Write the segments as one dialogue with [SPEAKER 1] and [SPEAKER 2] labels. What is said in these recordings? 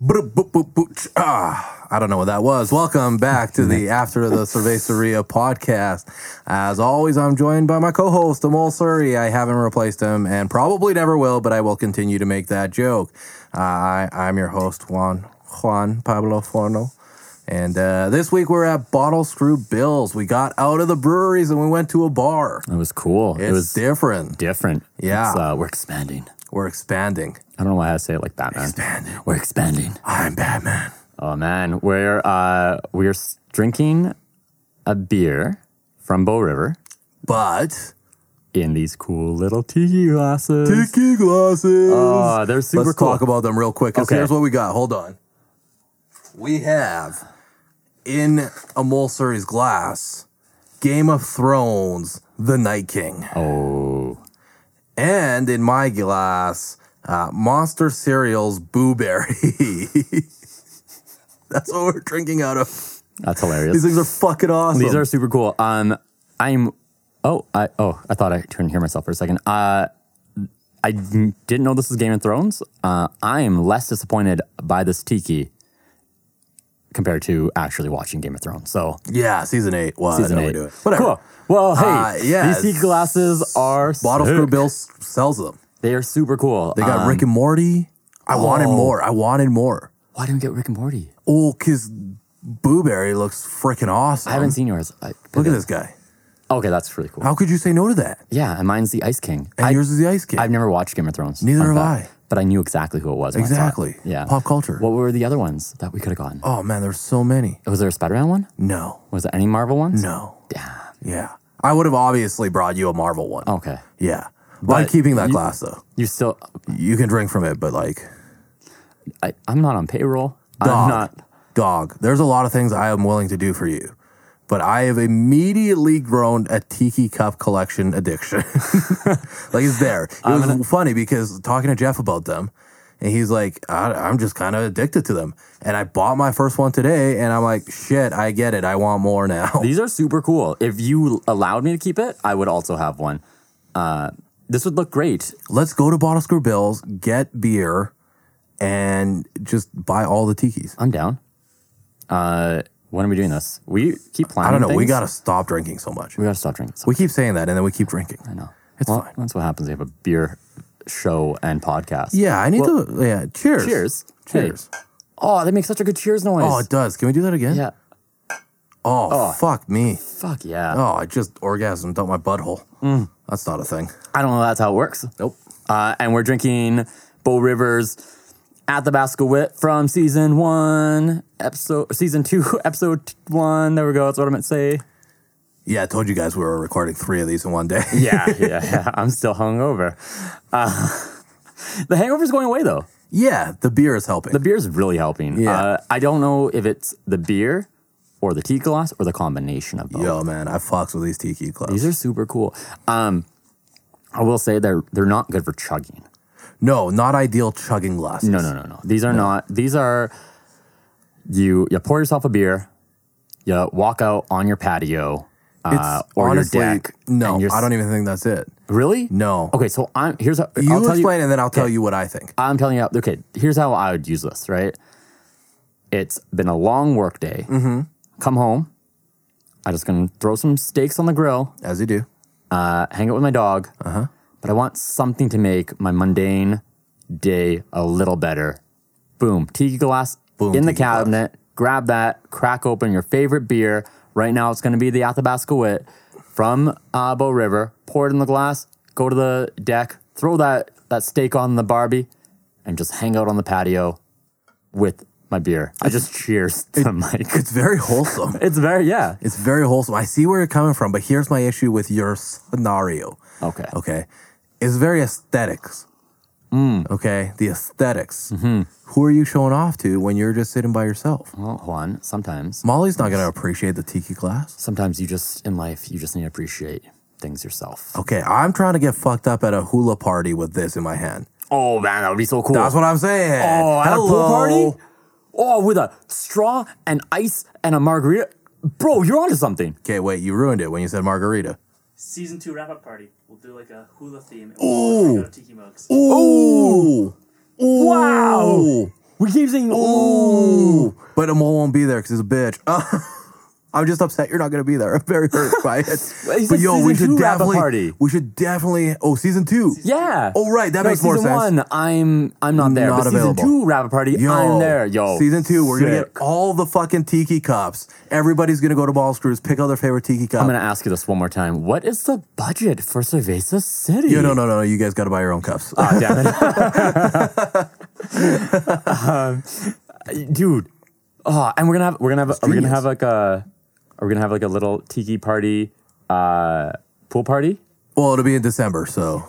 [SPEAKER 1] Brr, boop, boop, boop, ah, I don't know what that was. Welcome back to the After the Cerveceria podcast. As always, I'm joined by my co host, Amol Suri. I haven't replaced him and probably never will, but I will continue to make that joke. Uh, I, I'm your host, Juan, Juan Pablo Forno. And uh, this week we're at Bottle Screw Bills. We got out of the breweries and we went to a bar.
[SPEAKER 2] It was cool.
[SPEAKER 1] It's
[SPEAKER 2] it was
[SPEAKER 1] different.
[SPEAKER 2] different.
[SPEAKER 1] Yeah.
[SPEAKER 2] It's, uh, we're expanding.
[SPEAKER 1] We're expanding.
[SPEAKER 2] I don't know why I say it like that, man.
[SPEAKER 1] Expanding.
[SPEAKER 2] We're expanding.
[SPEAKER 1] I'm Batman.
[SPEAKER 2] Oh man, we're uh, we're s- drinking a beer from Bow River
[SPEAKER 1] But
[SPEAKER 2] in these cool little tiki glasses.
[SPEAKER 1] Tiki glasses.
[SPEAKER 2] Oh, they're super
[SPEAKER 1] Let's
[SPEAKER 2] cool.
[SPEAKER 1] talk about them real quick. 'cause
[SPEAKER 2] Okay.
[SPEAKER 1] here's what we got. Hold on. We have in Amol Suri's glass Game of Thrones, The Night King.
[SPEAKER 2] oh,
[SPEAKER 1] And in my glass, uh, Monster Cereals Boo Berry. That's what we're drinking out of.
[SPEAKER 2] that's hilarious.
[SPEAKER 1] These things are fucking awesome.
[SPEAKER 2] These are super cool. Um, I'm. Oh, I oh, I thought I couldn't hear myself for a second. Uh, I didn't didn't know this was Game of Thrones. Uh, I am less disappointed by this tiki compared to actually watching Game of Thrones. So
[SPEAKER 1] yeah, season eight. Well,
[SPEAKER 2] season
[SPEAKER 1] I know
[SPEAKER 2] eight.
[SPEAKER 1] we do it. Whatever.
[SPEAKER 2] Cool. Well, hey,
[SPEAKER 1] Uh, yeah,
[SPEAKER 2] these tiki glasses are
[SPEAKER 1] Bottle Screw
[SPEAKER 2] sick.
[SPEAKER 1] Bill s- sells them.
[SPEAKER 2] They are super cool.
[SPEAKER 1] They got
[SPEAKER 2] Um,
[SPEAKER 1] Rick and Morty. I wanted more. I wanted more.
[SPEAKER 2] Why didn't we get Rick and Morty?
[SPEAKER 1] Oh, because Booberry looks freaking awesome.
[SPEAKER 2] I haven't seen yours. I,
[SPEAKER 1] Look at this guy.
[SPEAKER 2] Okay, that's really cool.
[SPEAKER 1] How could you say no to that?
[SPEAKER 2] yeah, and mine's the Ice King.
[SPEAKER 1] And yours is the Ice King.
[SPEAKER 2] I've never watched Game of Thrones.
[SPEAKER 1] Neither
[SPEAKER 2] Fun
[SPEAKER 1] have
[SPEAKER 2] fact.
[SPEAKER 1] I.
[SPEAKER 2] But I knew exactly who it was. when I saw it.
[SPEAKER 1] Exactly.
[SPEAKER 2] Yeah.
[SPEAKER 1] Pop culture.
[SPEAKER 2] What were the other ones that we could have gotten?
[SPEAKER 1] oh, man, there's so many.
[SPEAKER 2] Was there a Spider-Man one?
[SPEAKER 1] No,
[SPEAKER 2] Was there any Marvel ones?
[SPEAKER 1] no.
[SPEAKER 2] Damn.
[SPEAKER 1] Yeah. I would have obviously brought you a Marvel one.
[SPEAKER 2] Okay.
[SPEAKER 1] Yeah. By keeping that glass, though.
[SPEAKER 2] Oh. You still?
[SPEAKER 1] You can drink from it, but like,
[SPEAKER 2] I, I'm not on payroll.
[SPEAKER 1] dog,
[SPEAKER 2] I'm not.
[SPEAKER 1] dog, there's a lot of things I am willing to do for you. But I have immediately grown a tiki cup collection addiction. like it's there. It was funny because talking to Jeff about them, and he's like, I, I'm just kind of addicted to them. And I bought my first one today, and I'm like, shit, I get it. I want more now.
[SPEAKER 2] These are super cool. If you allowed me to keep it, I would also have one. Uh, this would look great.
[SPEAKER 1] Let's go to Bottle Screw Bills, get beer, and just buy all the tikis.
[SPEAKER 2] I'm down. Uh, when are we doing this? We keep planning.
[SPEAKER 1] I don't know. We
[SPEAKER 2] things.
[SPEAKER 1] gotta stop drinking so much.
[SPEAKER 2] We gotta stop drinking. So
[SPEAKER 1] We keep saying that, and then we keep drinking. I know. It's
[SPEAKER 2] well,
[SPEAKER 1] fine.
[SPEAKER 2] that's what happens. We have a beer show and podcast.
[SPEAKER 1] Yeah, I need to. Yeah, cheers.
[SPEAKER 2] Cheers.
[SPEAKER 1] Cheers.
[SPEAKER 2] Hey. Oh, they make such a good cheers noise.
[SPEAKER 1] Oh, it does. Can we do that again?
[SPEAKER 2] yeah.
[SPEAKER 1] Oh, fuck me.
[SPEAKER 2] Fuck yeah.
[SPEAKER 1] Oh, I just orgasmed out my butthole.
[SPEAKER 2] Mm.
[SPEAKER 1] That's not a thing.
[SPEAKER 2] I don't know that's how it works.
[SPEAKER 1] Nope.
[SPEAKER 2] Uh, and we're drinking Bull Rivers at the Basket Wit from season one, episode season two, episode t- one. There we go. That's what I meant to say.
[SPEAKER 1] Yeah, I told you guys we were recording three of these in one day.
[SPEAKER 2] Yeah, yeah, yeah. I'm still hungover. Uh, the hangover's going away though.
[SPEAKER 1] yeah, the beer is helping.
[SPEAKER 2] The beer's really helping.
[SPEAKER 1] Yeah.
[SPEAKER 2] Uh, I don't know if it's the beer or the tea glass or the combination of both.
[SPEAKER 1] Yo, man, I fucks with these tiki clubs.
[SPEAKER 2] These are super cool. Um, I will say they're they're not good for chugging.
[SPEAKER 1] no, not ideal chugging glasses.
[SPEAKER 2] No, no, no, no. These are not. These are you. You pour yourself a beer. You walk out on your patio uh,
[SPEAKER 1] It's
[SPEAKER 2] or
[SPEAKER 1] honestly,
[SPEAKER 2] your deck.
[SPEAKER 1] No,
[SPEAKER 2] and you're s-
[SPEAKER 1] I don't even think that's it.
[SPEAKER 2] really.
[SPEAKER 1] No.
[SPEAKER 2] Okay, so I'm here's. How,
[SPEAKER 1] You
[SPEAKER 2] I'll tell
[SPEAKER 1] explain
[SPEAKER 2] you,
[SPEAKER 1] and then I'll tell you what I think.
[SPEAKER 2] I'm telling you. Okay, here's how I would use this. Right. It's been a long work day. Mm-hmm. Come home. I'm just gonna throw some steaks on the grill.
[SPEAKER 1] As you do.
[SPEAKER 2] Uh, hang out with my dog. Uh-huh. But I want something to make my mundane day a little better. Boom, tiki glass
[SPEAKER 1] Boom,
[SPEAKER 2] in the
[SPEAKER 1] tiki glass.
[SPEAKER 2] cabinet. Grab that, crack open your favorite beer. Right now, it's going to be the Athabasca Wit from uh, Bow River. Pour it in the glass. Go to the deck. Throw that that steak on the Barbie, and just hang out on the patio with my beer. I just cheers to Mike.
[SPEAKER 1] It's very wholesome.
[SPEAKER 2] It's very yeah.
[SPEAKER 1] it's very wholesome. I see where you're coming from, but here's my issue with your scenario.
[SPEAKER 2] Okay.
[SPEAKER 1] okay, is very aesthetics.
[SPEAKER 2] Mm.
[SPEAKER 1] Okay, the esthetics
[SPEAKER 2] Mm-hmm.
[SPEAKER 1] Who are you showing off to when you're just sitting by yourself?
[SPEAKER 2] Well, Juan, sometimes
[SPEAKER 1] Molly's not gonna appreciate the tiki glass.
[SPEAKER 2] sometimes you just in life you just need to appreciate things yourself.
[SPEAKER 1] Okay, I'm trying to get fucked up at a hula party with this in my hand.
[SPEAKER 2] Oh man, that would be so cool.
[SPEAKER 1] That's what I'm saying.
[SPEAKER 2] oh, at a pool
[SPEAKER 1] Hello.
[SPEAKER 2] party. Oh, with a straw and ice and a margarita, bro, you're onto something.
[SPEAKER 1] Okay, wait, you ruined it when you said margarita.
[SPEAKER 3] season two wrap up party. We'll do like a hula theme. And we'll all drink out of tiki mugs.
[SPEAKER 1] Ooh.
[SPEAKER 2] Wow.
[SPEAKER 1] Ooh.
[SPEAKER 2] We keep saying, oh.
[SPEAKER 1] But Amol won't be there because he's a bitch. I'm just upset you're not gonna be there. I'm very hurt by it.
[SPEAKER 2] He said season two wrap-up
[SPEAKER 1] definitely
[SPEAKER 2] party.
[SPEAKER 1] we should definitely oh season two.
[SPEAKER 2] Yeah.
[SPEAKER 1] Oh, right, that
[SPEAKER 2] No,
[SPEAKER 1] makes more
[SPEAKER 2] season
[SPEAKER 1] sense.
[SPEAKER 2] one, I'm I'm not there.
[SPEAKER 1] Not
[SPEAKER 2] but
[SPEAKER 1] available.
[SPEAKER 2] season two, rabbit party, I'm there. Yo.
[SPEAKER 1] Season two, we're gonna
[SPEAKER 2] sick.
[SPEAKER 1] get all the fucking tiki cups. Everybody's gonna go to ball screws, pick out their favorite tiki cup.
[SPEAKER 2] I'm gonna ask you this one more time. What is the budget for Cerveza City?
[SPEAKER 1] Yeah, no, no, no, no. You guys got to buy your own cups.
[SPEAKER 2] Ah, damn it. um, dude. Oh, and we're gonna have we're gonna have we're gonna
[SPEAKER 1] genius.
[SPEAKER 2] have like a we're gonna have like a little tiki party, uh, pool party.
[SPEAKER 1] well, it'll be in December, so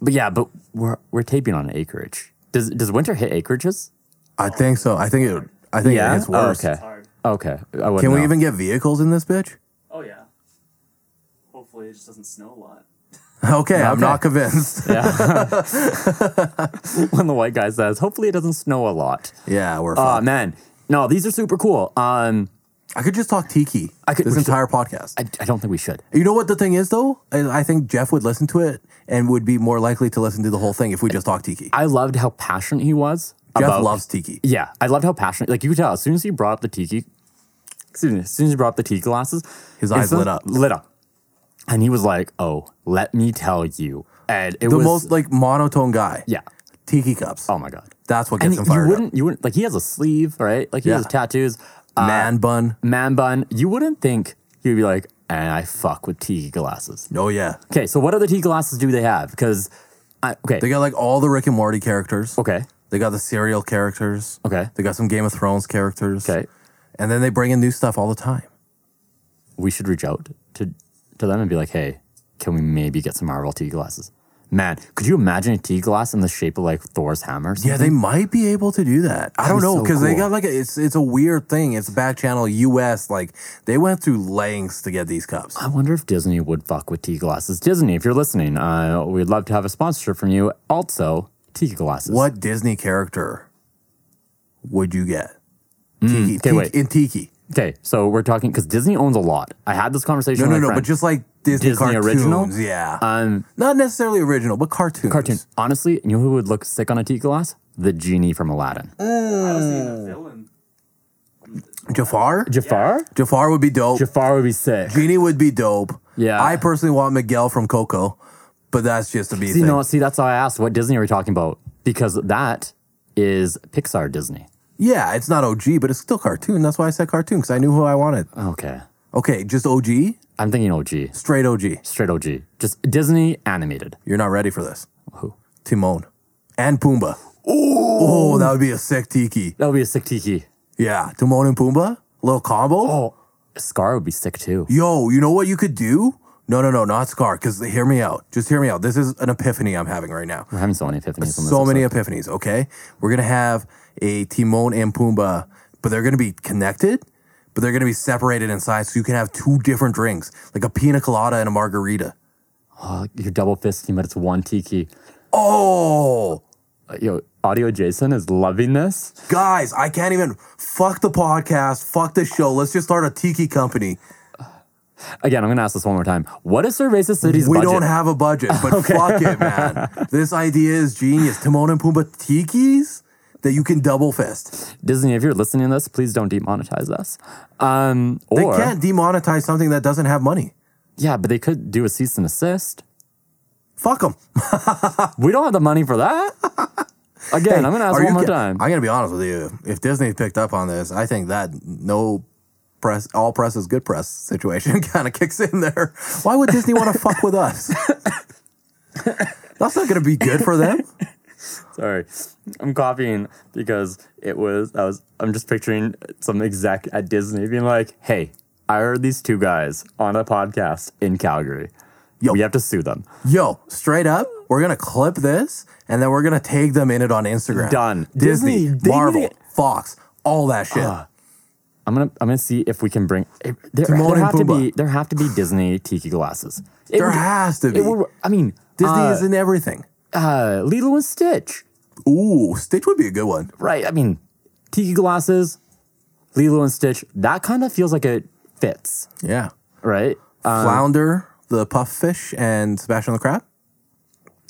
[SPEAKER 2] But yeah, but we're we're taping on acreage. Does does winter hit acreages?
[SPEAKER 1] I think so. I think it. I think
[SPEAKER 2] Yeah.
[SPEAKER 1] it gets worse.
[SPEAKER 2] Oh, okay.
[SPEAKER 3] It's hard.
[SPEAKER 2] Okay. I wouldn't
[SPEAKER 1] Can we
[SPEAKER 2] know.
[SPEAKER 1] even get vehicles in this bitch?
[SPEAKER 3] Oh yeah. Hopefully it just doesn't snow a lot.
[SPEAKER 1] Okay, I'm
[SPEAKER 2] Okay.
[SPEAKER 1] not convinced.
[SPEAKER 2] when the white guy says, "Hopefully it doesn't snow a lot."
[SPEAKER 1] yeah, we're
[SPEAKER 2] Oh
[SPEAKER 1] fine.
[SPEAKER 2] man, no, these are super cool. Um,
[SPEAKER 1] I could just talk tiki.
[SPEAKER 2] I could-
[SPEAKER 1] this
[SPEAKER 2] we should-
[SPEAKER 1] entire podcast.
[SPEAKER 2] I, I don't think we should.
[SPEAKER 1] you know what the thing is though? I, I think Jeff would listen to it and would be more likely to listen to the whole thing if we just talk tiki.
[SPEAKER 2] I loved how passionate he was.
[SPEAKER 1] Jeff
[SPEAKER 2] about,
[SPEAKER 1] loves tiki.
[SPEAKER 2] Yeah, I loved how passionate. Like you could tell as soon as he brought up the tiki, excuse me, as soon as he brought up the tiki glasses,
[SPEAKER 1] His eyes
[SPEAKER 2] instant-
[SPEAKER 1] lit up.
[SPEAKER 2] lit up, and he was like, "Oh, let me tell you." And it
[SPEAKER 1] The
[SPEAKER 2] was
[SPEAKER 1] most like monotone guy.
[SPEAKER 2] yeah.
[SPEAKER 1] Tiki cups.
[SPEAKER 2] Oh my god,
[SPEAKER 1] That's what
[SPEAKER 2] and
[SPEAKER 1] gets him fired
[SPEAKER 2] you
[SPEAKER 1] up.
[SPEAKER 2] wouldn't you wouldn't like he has a sleeve right? Like he has
[SPEAKER 1] Yeah.
[SPEAKER 2] tattoos. Uh,
[SPEAKER 1] Man bun.
[SPEAKER 2] man bun. You wouldn't think he would be like, "And I fuck with tiki glasses."
[SPEAKER 1] Oh yeah.
[SPEAKER 2] Okay, so what other tea glasses do they have? Because, I, okay,
[SPEAKER 1] They got like all the Rick and Morty characters.
[SPEAKER 2] okay,
[SPEAKER 1] They got the serial characters.
[SPEAKER 2] Okay.
[SPEAKER 1] They got some Game of Thrones characters.
[SPEAKER 2] okay,
[SPEAKER 1] And then they bring in new stuff all the time.
[SPEAKER 2] we should reach out to to them and be like, hey, can we maybe get some Marvel tea glasses? Man, could you imagine a tea glass in the shape of like Thor's hammer? or
[SPEAKER 1] Yeah,
[SPEAKER 2] something?
[SPEAKER 1] they might be able to do that. I don't
[SPEAKER 2] Mm-hmm. be
[SPEAKER 1] know
[SPEAKER 2] so
[SPEAKER 1] because they
[SPEAKER 2] cool.
[SPEAKER 1] got like a, it's it's a weird thing. It's back channel US. Like they went through lengths to get these cups.
[SPEAKER 2] I wonder if Disney would fuck with tea glasses. Disney, if you're listening, uh, we'd love to have a sponsorship from you. Also, tea glasses.
[SPEAKER 1] What Disney character would you get? Tiki,
[SPEAKER 2] Mm, okay,
[SPEAKER 1] Tiki-
[SPEAKER 2] wait.
[SPEAKER 1] in Tiki.
[SPEAKER 2] Okay, so we're talking because Disney owns a lot. I had this conversation.
[SPEAKER 1] No, no,
[SPEAKER 2] with
[SPEAKER 1] no.
[SPEAKER 2] my
[SPEAKER 1] But
[SPEAKER 2] friend.
[SPEAKER 1] just like Disney,
[SPEAKER 2] Disney
[SPEAKER 1] cartoons.
[SPEAKER 2] original?
[SPEAKER 1] Yeah.
[SPEAKER 2] um,
[SPEAKER 1] Not necessarily original, but cartoons.
[SPEAKER 2] cartoon. Honestly, you know who would look sick on a tea glass? The genie from Aladdin.
[SPEAKER 3] I was thinking a villain.
[SPEAKER 1] Jafar.
[SPEAKER 2] Jafar.
[SPEAKER 1] Jafar would be dope.
[SPEAKER 2] Jafar would be sick.
[SPEAKER 1] Genie would be dope.
[SPEAKER 2] Yeah.
[SPEAKER 1] I personally want Miguel from Coco, but that's just a me
[SPEAKER 2] See,
[SPEAKER 1] thing.
[SPEAKER 2] no, see, that's why I asked what Disney are we talking about? Because that is Pixar Disney.
[SPEAKER 1] Yeah, it's not OG, but it's still cartoon. That's why I said cartoon because I knew who I wanted.
[SPEAKER 2] Okay.
[SPEAKER 1] Okay, just OG,
[SPEAKER 2] I'm thinking OG.
[SPEAKER 1] straight OG.
[SPEAKER 2] Straight OG. Just Disney animated.
[SPEAKER 1] You're not ready for this. Who? Timon and Pumbaa. Oh, that would be a sick tiki.
[SPEAKER 2] That would be a sick tiki.
[SPEAKER 1] Yeah, Timon and Pumbaa, little combo.
[SPEAKER 2] Oh, Scar would be sick too.
[SPEAKER 1] Yo, you know what you could do? No, no, no, not Scar. Because hear me out. Just hear me out. This is an epiphany I'm having right now.
[SPEAKER 2] We're having so many epiphanies on this.
[SPEAKER 1] so many
[SPEAKER 2] episode.
[SPEAKER 1] epiphanies. Okay, we're gonna have a Timon and Pumbaa, but they're gonna be connected, but they're gonna be separated inside, so you can have two different drinks, like a pina colada and a margarita.
[SPEAKER 2] Oh, you're double fisting, but it's one tiki.
[SPEAKER 1] Oh,
[SPEAKER 2] Uh, Yo, Audio Jason is loving this.
[SPEAKER 1] guys, I can't even fuck the podcast, fuck the show. Let's just start a tiki company.
[SPEAKER 2] Again, I'm going to ask this one more time. What is Cerveza City's
[SPEAKER 1] we
[SPEAKER 2] budget?
[SPEAKER 1] don't have a budget, but fuck it, man. this idea is genius. Timon and Pumbaa tikis that you can double fist.
[SPEAKER 2] Disney, if you're listening to this, please don't demonetize us. Um,
[SPEAKER 1] They
[SPEAKER 2] or,
[SPEAKER 1] can't demonetize something that doesn't have money.
[SPEAKER 2] yeah, but they could do a cease and assist.
[SPEAKER 1] Fuck them.
[SPEAKER 2] We don't have the money for that. Again, I'm gonna ask
[SPEAKER 1] Are
[SPEAKER 2] one
[SPEAKER 1] you
[SPEAKER 2] more
[SPEAKER 1] ki-
[SPEAKER 2] time.
[SPEAKER 1] I'm gonna be honest with you. If Disney picked up on this, I think that no press, all press is good press situation kind of kicks in there. Why would Disney want to fuck with us? That's not gonna be good for them.
[SPEAKER 2] Sorry, I'm copying because it was. I was. I'm just picturing some exec at Disney being like, "Hey, I heard these two guys on a podcast in Calgary.
[SPEAKER 1] Yo.
[SPEAKER 2] We have to sue them.
[SPEAKER 1] Yo, straight up, we're gonna clip this and then we're gonna tag them in it on Instagram.
[SPEAKER 2] Done.
[SPEAKER 1] Disney,
[SPEAKER 2] Disney, they Uh,
[SPEAKER 1] Marvel,
[SPEAKER 2] need to-
[SPEAKER 1] Fox, all that shit.
[SPEAKER 2] I'm gonna. I'm gonna see if we can bring. There, there
[SPEAKER 1] Timon and
[SPEAKER 2] have to
[SPEAKER 1] Pumbaa.
[SPEAKER 2] be. There have to be Disney tiki glasses. It
[SPEAKER 1] there
[SPEAKER 2] would-
[SPEAKER 1] has to be.
[SPEAKER 2] It would, I mean,
[SPEAKER 1] Disney
[SPEAKER 2] uh,
[SPEAKER 1] is in everything.
[SPEAKER 2] uh, Lilo and Stitch.
[SPEAKER 1] Ooh, Stitch would be a good one.
[SPEAKER 2] Right. I mean, tiki glasses, Lilo and Stitch. That kind of feels like it fits.
[SPEAKER 1] Yeah.
[SPEAKER 2] Right. Uh,
[SPEAKER 1] Flounder, the puff fish, and Sebastian the Crab.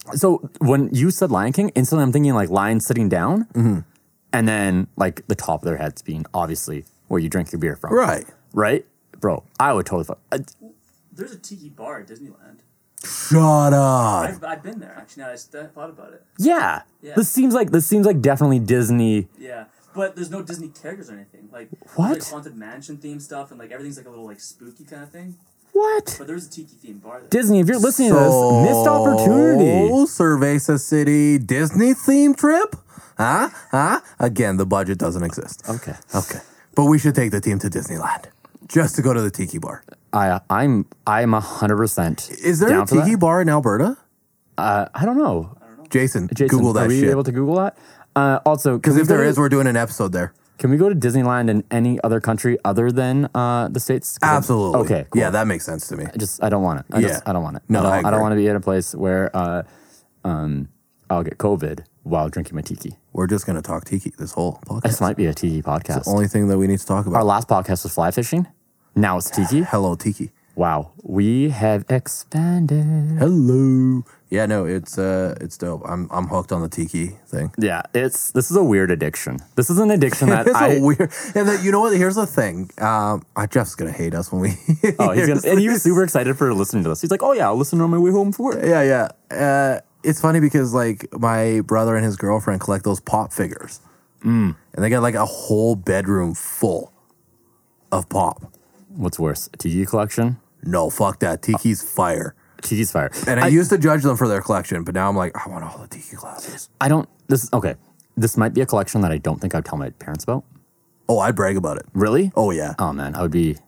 [SPEAKER 1] Mm-hmm.
[SPEAKER 2] So when you said Lion King, instantly I'm thinking like lion sitting down. and then like the top of their heads being obviously where you drink your beer from.
[SPEAKER 1] Right.
[SPEAKER 2] Right? Bro, I would totally uh, fuck. I,
[SPEAKER 3] There's a tiki bar at Disneyland.
[SPEAKER 1] Shut up.
[SPEAKER 3] I've, I've been there actually. Now I just th- thought about it.
[SPEAKER 2] yeah.
[SPEAKER 3] Yeah.
[SPEAKER 2] This seems like this seems like definitely Disney.
[SPEAKER 3] Yeah, but there's no Disney characters or anything. Like there's,
[SPEAKER 2] What?
[SPEAKER 3] like, haunted mansion theme stuff, and like everything's like a little like spooky kind of thing.
[SPEAKER 2] What?
[SPEAKER 3] But there's a tiki themed bar there.
[SPEAKER 2] Disney, if you're listening to this, missed opportunity.
[SPEAKER 1] Cerveza City Disney theme trip? Huh? Huh? Again, the budget doesn't exist.
[SPEAKER 2] Okay.
[SPEAKER 1] Okay. But we should take the team to Disneyland just to go to the tiki bar.
[SPEAKER 2] I uh, I'm I'm hundred percent.
[SPEAKER 1] Is there a tiki bar in Alberta?
[SPEAKER 2] Uh, I don't know.
[SPEAKER 1] Jason,
[SPEAKER 2] Jason,
[SPEAKER 1] Google that
[SPEAKER 2] are we
[SPEAKER 1] shit.
[SPEAKER 2] able to Google that? Uh, also,
[SPEAKER 1] Because if there is, we're doing an episode there.
[SPEAKER 2] can we go to Disneyland in any other country other than uh, the states? 'Cause I'm-
[SPEAKER 1] Absolutely.
[SPEAKER 2] Okay. Cool.
[SPEAKER 1] Yeah, that makes sense to me.
[SPEAKER 2] I just I don't want it. I just
[SPEAKER 1] Yeah.
[SPEAKER 2] I don't want it.
[SPEAKER 1] No,
[SPEAKER 2] I don't,
[SPEAKER 1] I agree.
[SPEAKER 2] don't want to be in a place where uh, um, I'll get COVID while drinking my tiki.
[SPEAKER 1] We're just going to talk tiki this whole podcast.
[SPEAKER 2] This might be a tiki podcast.
[SPEAKER 1] Only thing that we need to talk
[SPEAKER 2] Our
[SPEAKER 1] about.
[SPEAKER 2] last podcast was fly fishing. Now it's tiki.
[SPEAKER 1] Hello, tiki.
[SPEAKER 2] Wow, we have expanded.
[SPEAKER 1] Hello. Yeah, no, it's uh, it's dope. I'm I'm hooked on the tiki thing.
[SPEAKER 2] Yeah, it's this is a weird addiction. This is an addiction that
[SPEAKER 1] It's
[SPEAKER 2] I.
[SPEAKER 1] a weird. And then, you know what? Here's the thing. Um, uh, Jeff's gonna hate us when we.
[SPEAKER 2] Oh, he's gonna, and he was super excited for listening to this. He's like, "Oh yeah, I'll listen on my way home from work."
[SPEAKER 1] Yeah, yeah. Uh, it's funny because like my brother and his girlfriend collect those pop figures,
[SPEAKER 2] Mm.
[SPEAKER 1] and they got like a whole bedroom full of pop.
[SPEAKER 2] What's worse, a tiki collection?
[SPEAKER 1] No, fuck that. Tiki's fire.
[SPEAKER 2] Tiki's fire.
[SPEAKER 1] And I, used to judge them for their collection, but now I'm like, I want all the tiki glasses.
[SPEAKER 2] I don't. This okay. This might be a collection that I don't think I'd tell my parents about.
[SPEAKER 1] Oh, I'd brag about it.
[SPEAKER 2] Really?
[SPEAKER 1] Oh yeah,
[SPEAKER 2] Oh man, I would be,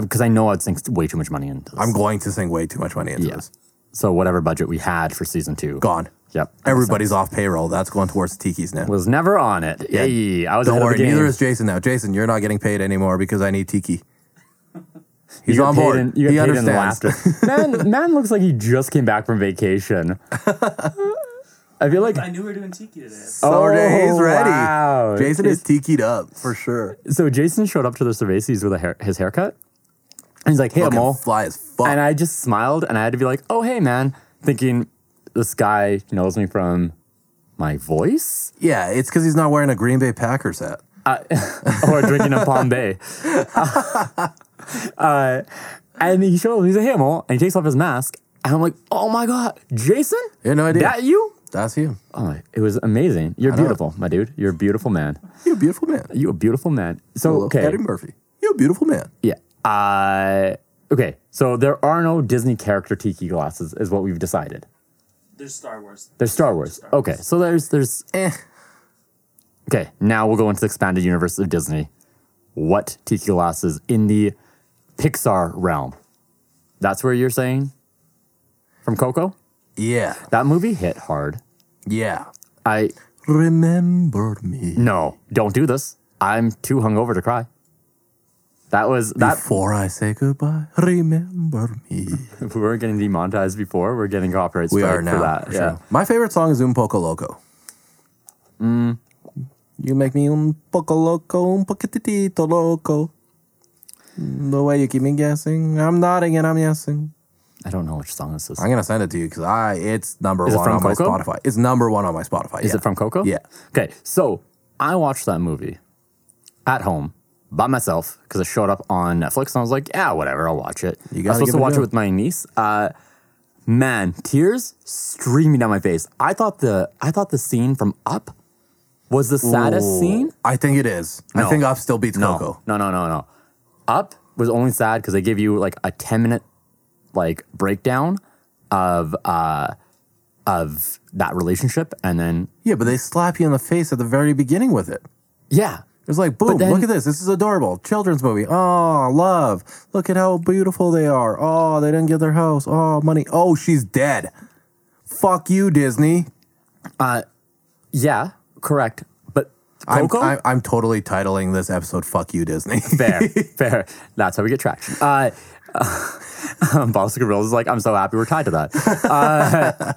[SPEAKER 2] because I know I'd sink way too much money into this.
[SPEAKER 1] I'm going to sink way too much money into
[SPEAKER 2] Yeah.
[SPEAKER 1] this.
[SPEAKER 2] So whatever budget we had for season two,
[SPEAKER 1] Gone.
[SPEAKER 2] Yep.
[SPEAKER 1] Everybody's off payroll. That's going towards tiki's now.
[SPEAKER 2] was never on it. Yeah. I was
[SPEAKER 1] Don't
[SPEAKER 2] ahead of
[SPEAKER 1] worry,
[SPEAKER 2] the game.
[SPEAKER 1] neither is Jason now. Jason, you're not getting paid anymore because I need Tiki. He's
[SPEAKER 2] You get
[SPEAKER 1] on
[SPEAKER 2] paid
[SPEAKER 1] board.
[SPEAKER 2] in- you get
[SPEAKER 1] he
[SPEAKER 2] paid
[SPEAKER 1] understands.
[SPEAKER 2] in laughter. man, man looks like he just came back from vacation. I feel like
[SPEAKER 3] I knew we were doing tiki today.
[SPEAKER 1] So he's
[SPEAKER 2] Oh,
[SPEAKER 1] ready.
[SPEAKER 2] wow.
[SPEAKER 1] Jason is tikied up for sure.
[SPEAKER 2] so. Jason showed up to the Cervases with a hair, his haircut, and he's like, "Hey,
[SPEAKER 1] Fucking
[SPEAKER 2] Amol,"
[SPEAKER 1] fly as fuck.
[SPEAKER 2] and I just smiled, and I had to be like, "Oh, hey, man," thinking this guy knows me from my voice.
[SPEAKER 1] yeah, it's because he's not wearing a Green Bay Packers hat.
[SPEAKER 2] or drinking a Palm Bay. Uh, and he shows up, he's a hamel, and he takes off his mask. And I'm like, oh my God, Jason?
[SPEAKER 1] Yeah, no idea.
[SPEAKER 2] That you?
[SPEAKER 1] That's you.
[SPEAKER 2] Oh, my- it was amazing. You're beautiful, my dude. You're a beautiful man.
[SPEAKER 1] You're a beautiful man.
[SPEAKER 2] You a beautiful man. So,
[SPEAKER 1] Hello,
[SPEAKER 2] okay.
[SPEAKER 1] Eddie Murphy. You're a beautiful man.
[SPEAKER 2] Yeah. Uh, okay. So there are no Disney character tiki glasses, is what we've decided.
[SPEAKER 3] There's Star Wars.
[SPEAKER 2] There's Star Wars.
[SPEAKER 3] Star
[SPEAKER 2] Okay. So there's, there's,
[SPEAKER 1] Eh.
[SPEAKER 2] okay. Now we'll go into the expanded universe of Disney. What tiki glasses in the Pixar realm? That's where you're saying from Coco?
[SPEAKER 1] Yeah.
[SPEAKER 2] That movie hit hard.
[SPEAKER 1] Yeah.
[SPEAKER 2] I,
[SPEAKER 1] Remember me
[SPEAKER 2] no, don't do this. I'm too hungover to cry. That was, that
[SPEAKER 1] before I say goodbye. Remember me.
[SPEAKER 2] we weren't getting demonetized before. We're getting copyright
[SPEAKER 1] We
[SPEAKER 2] strike
[SPEAKER 1] are now.
[SPEAKER 2] for that.
[SPEAKER 1] for sure.
[SPEAKER 2] yeah.
[SPEAKER 1] My favorite song is Un Poco Loco. Mm. You make me un poco loco, un poquitito loco. The way you keep me guessing, I'm nodding and I'm guessing.
[SPEAKER 2] I don't know which song this is.
[SPEAKER 1] I'm gonna send it to you because I it's number
[SPEAKER 2] it
[SPEAKER 1] one
[SPEAKER 2] from
[SPEAKER 1] on
[SPEAKER 2] Coco?
[SPEAKER 1] my Spotify. It's number one on my Spotify.
[SPEAKER 2] Is
[SPEAKER 1] yeah.
[SPEAKER 2] it from Coco?
[SPEAKER 1] Yeah.
[SPEAKER 2] Okay, so I watched that movie at home by myself because it showed up on Netflix, and I was like, "Yeah, whatever, I'll watch it."
[SPEAKER 1] You
[SPEAKER 2] I was
[SPEAKER 1] gotta
[SPEAKER 2] supposed
[SPEAKER 1] give it
[SPEAKER 2] to
[SPEAKER 1] a
[SPEAKER 2] watch it
[SPEAKER 1] go.
[SPEAKER 2] with my niece. Uh, man, tears streaming down my face. I thought the I thought the scene from Up was the saddest
[SPEAKER 1] Ooh,
[SPEAKER 2] scene.
[SPEAKER 1] I think it is. I
[SPEAKER 2] No.
[SPEAKER 1] think Up still beats
[SPEAKER 2] No,
[SPEAKER 1] Coco.
[SPEAKER 2] no, no, no, no. Up was only sad because they give you like a ten minute like breakdown of uh of that relationship, and then
[SPEAKER 1] Yeah, but they slap you in the face at the very beginning with it.
[SPEAKER 2] yeah,
[SPEAKER 1] It's like, boom,
[SPEAKER 2] then-
[SPEAKER 1] look at this. This is adorable. Children's movie. Oh, love. Look at how beautiful they are. Oh, they didn't get their house. Oh, money. Oh, she's dead. Fuck you, Disney.
[SPEAKER 2] Yeah, correct. But
[SPEAKER 1] I'm,
[SPEAKER 2] Coco,
[SPEAKER 1] I'm, I'm totally titling this episode Fuck You, Disney.
[SPEAKER 2] fair, fair. That's how we get traction. Uh, um, Boston Gorillas is like, I'm so happy we're tied to that. Uh,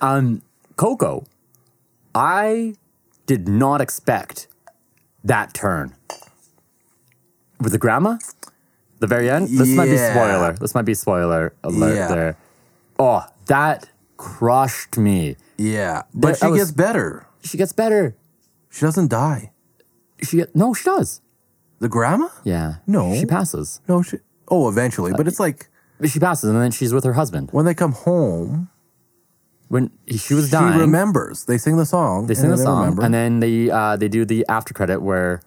[SPEAKER 2] um, Coco, I did not expect that turn with the grandma. The very end. This might be
[SPEAKER 1] Yeah.
[SPEAKER 2] spoiler. This might be spoiler alert.
[SPEAKER 1] Yeah.
[SPEAKER 2] There. Oh, that crushed me.
[SPEAKER 1] yeah. But
[SPEAKER 2] I
[SPEAKER 1] she
[SPEAKER 2] was-
[SPEAKER 1] gets better.
[SPEAKER 2] She gets better.
[SPEAKER 1] She doesn't die.
[SPEAKER 2] She no, she does.
[SPEAKER 1] The grandma?
[SPEAKER 2] Yeah.
[SPEAKER 1] No.
[SPEAKER 2] She passes.
[SPEAKER 1] No, she. Oh, eventually, but it's like
[SPEAKER 2] But She passes, and then she's with her husband.
[SPEAKER 1] when they come home,
[SPEAKER 2] When she was
[SPEAKER 1] she
[SPEAKER 2] dying,
[SPEAKER 1] remembers. They sing the song.
[SPEAKER 2] they sing the
[SPEAKER 1] they
[SPEAKER 2] song,
[SPEAKER 1] remember.
[SPEAKER 2] and then they uh, they do the after credit where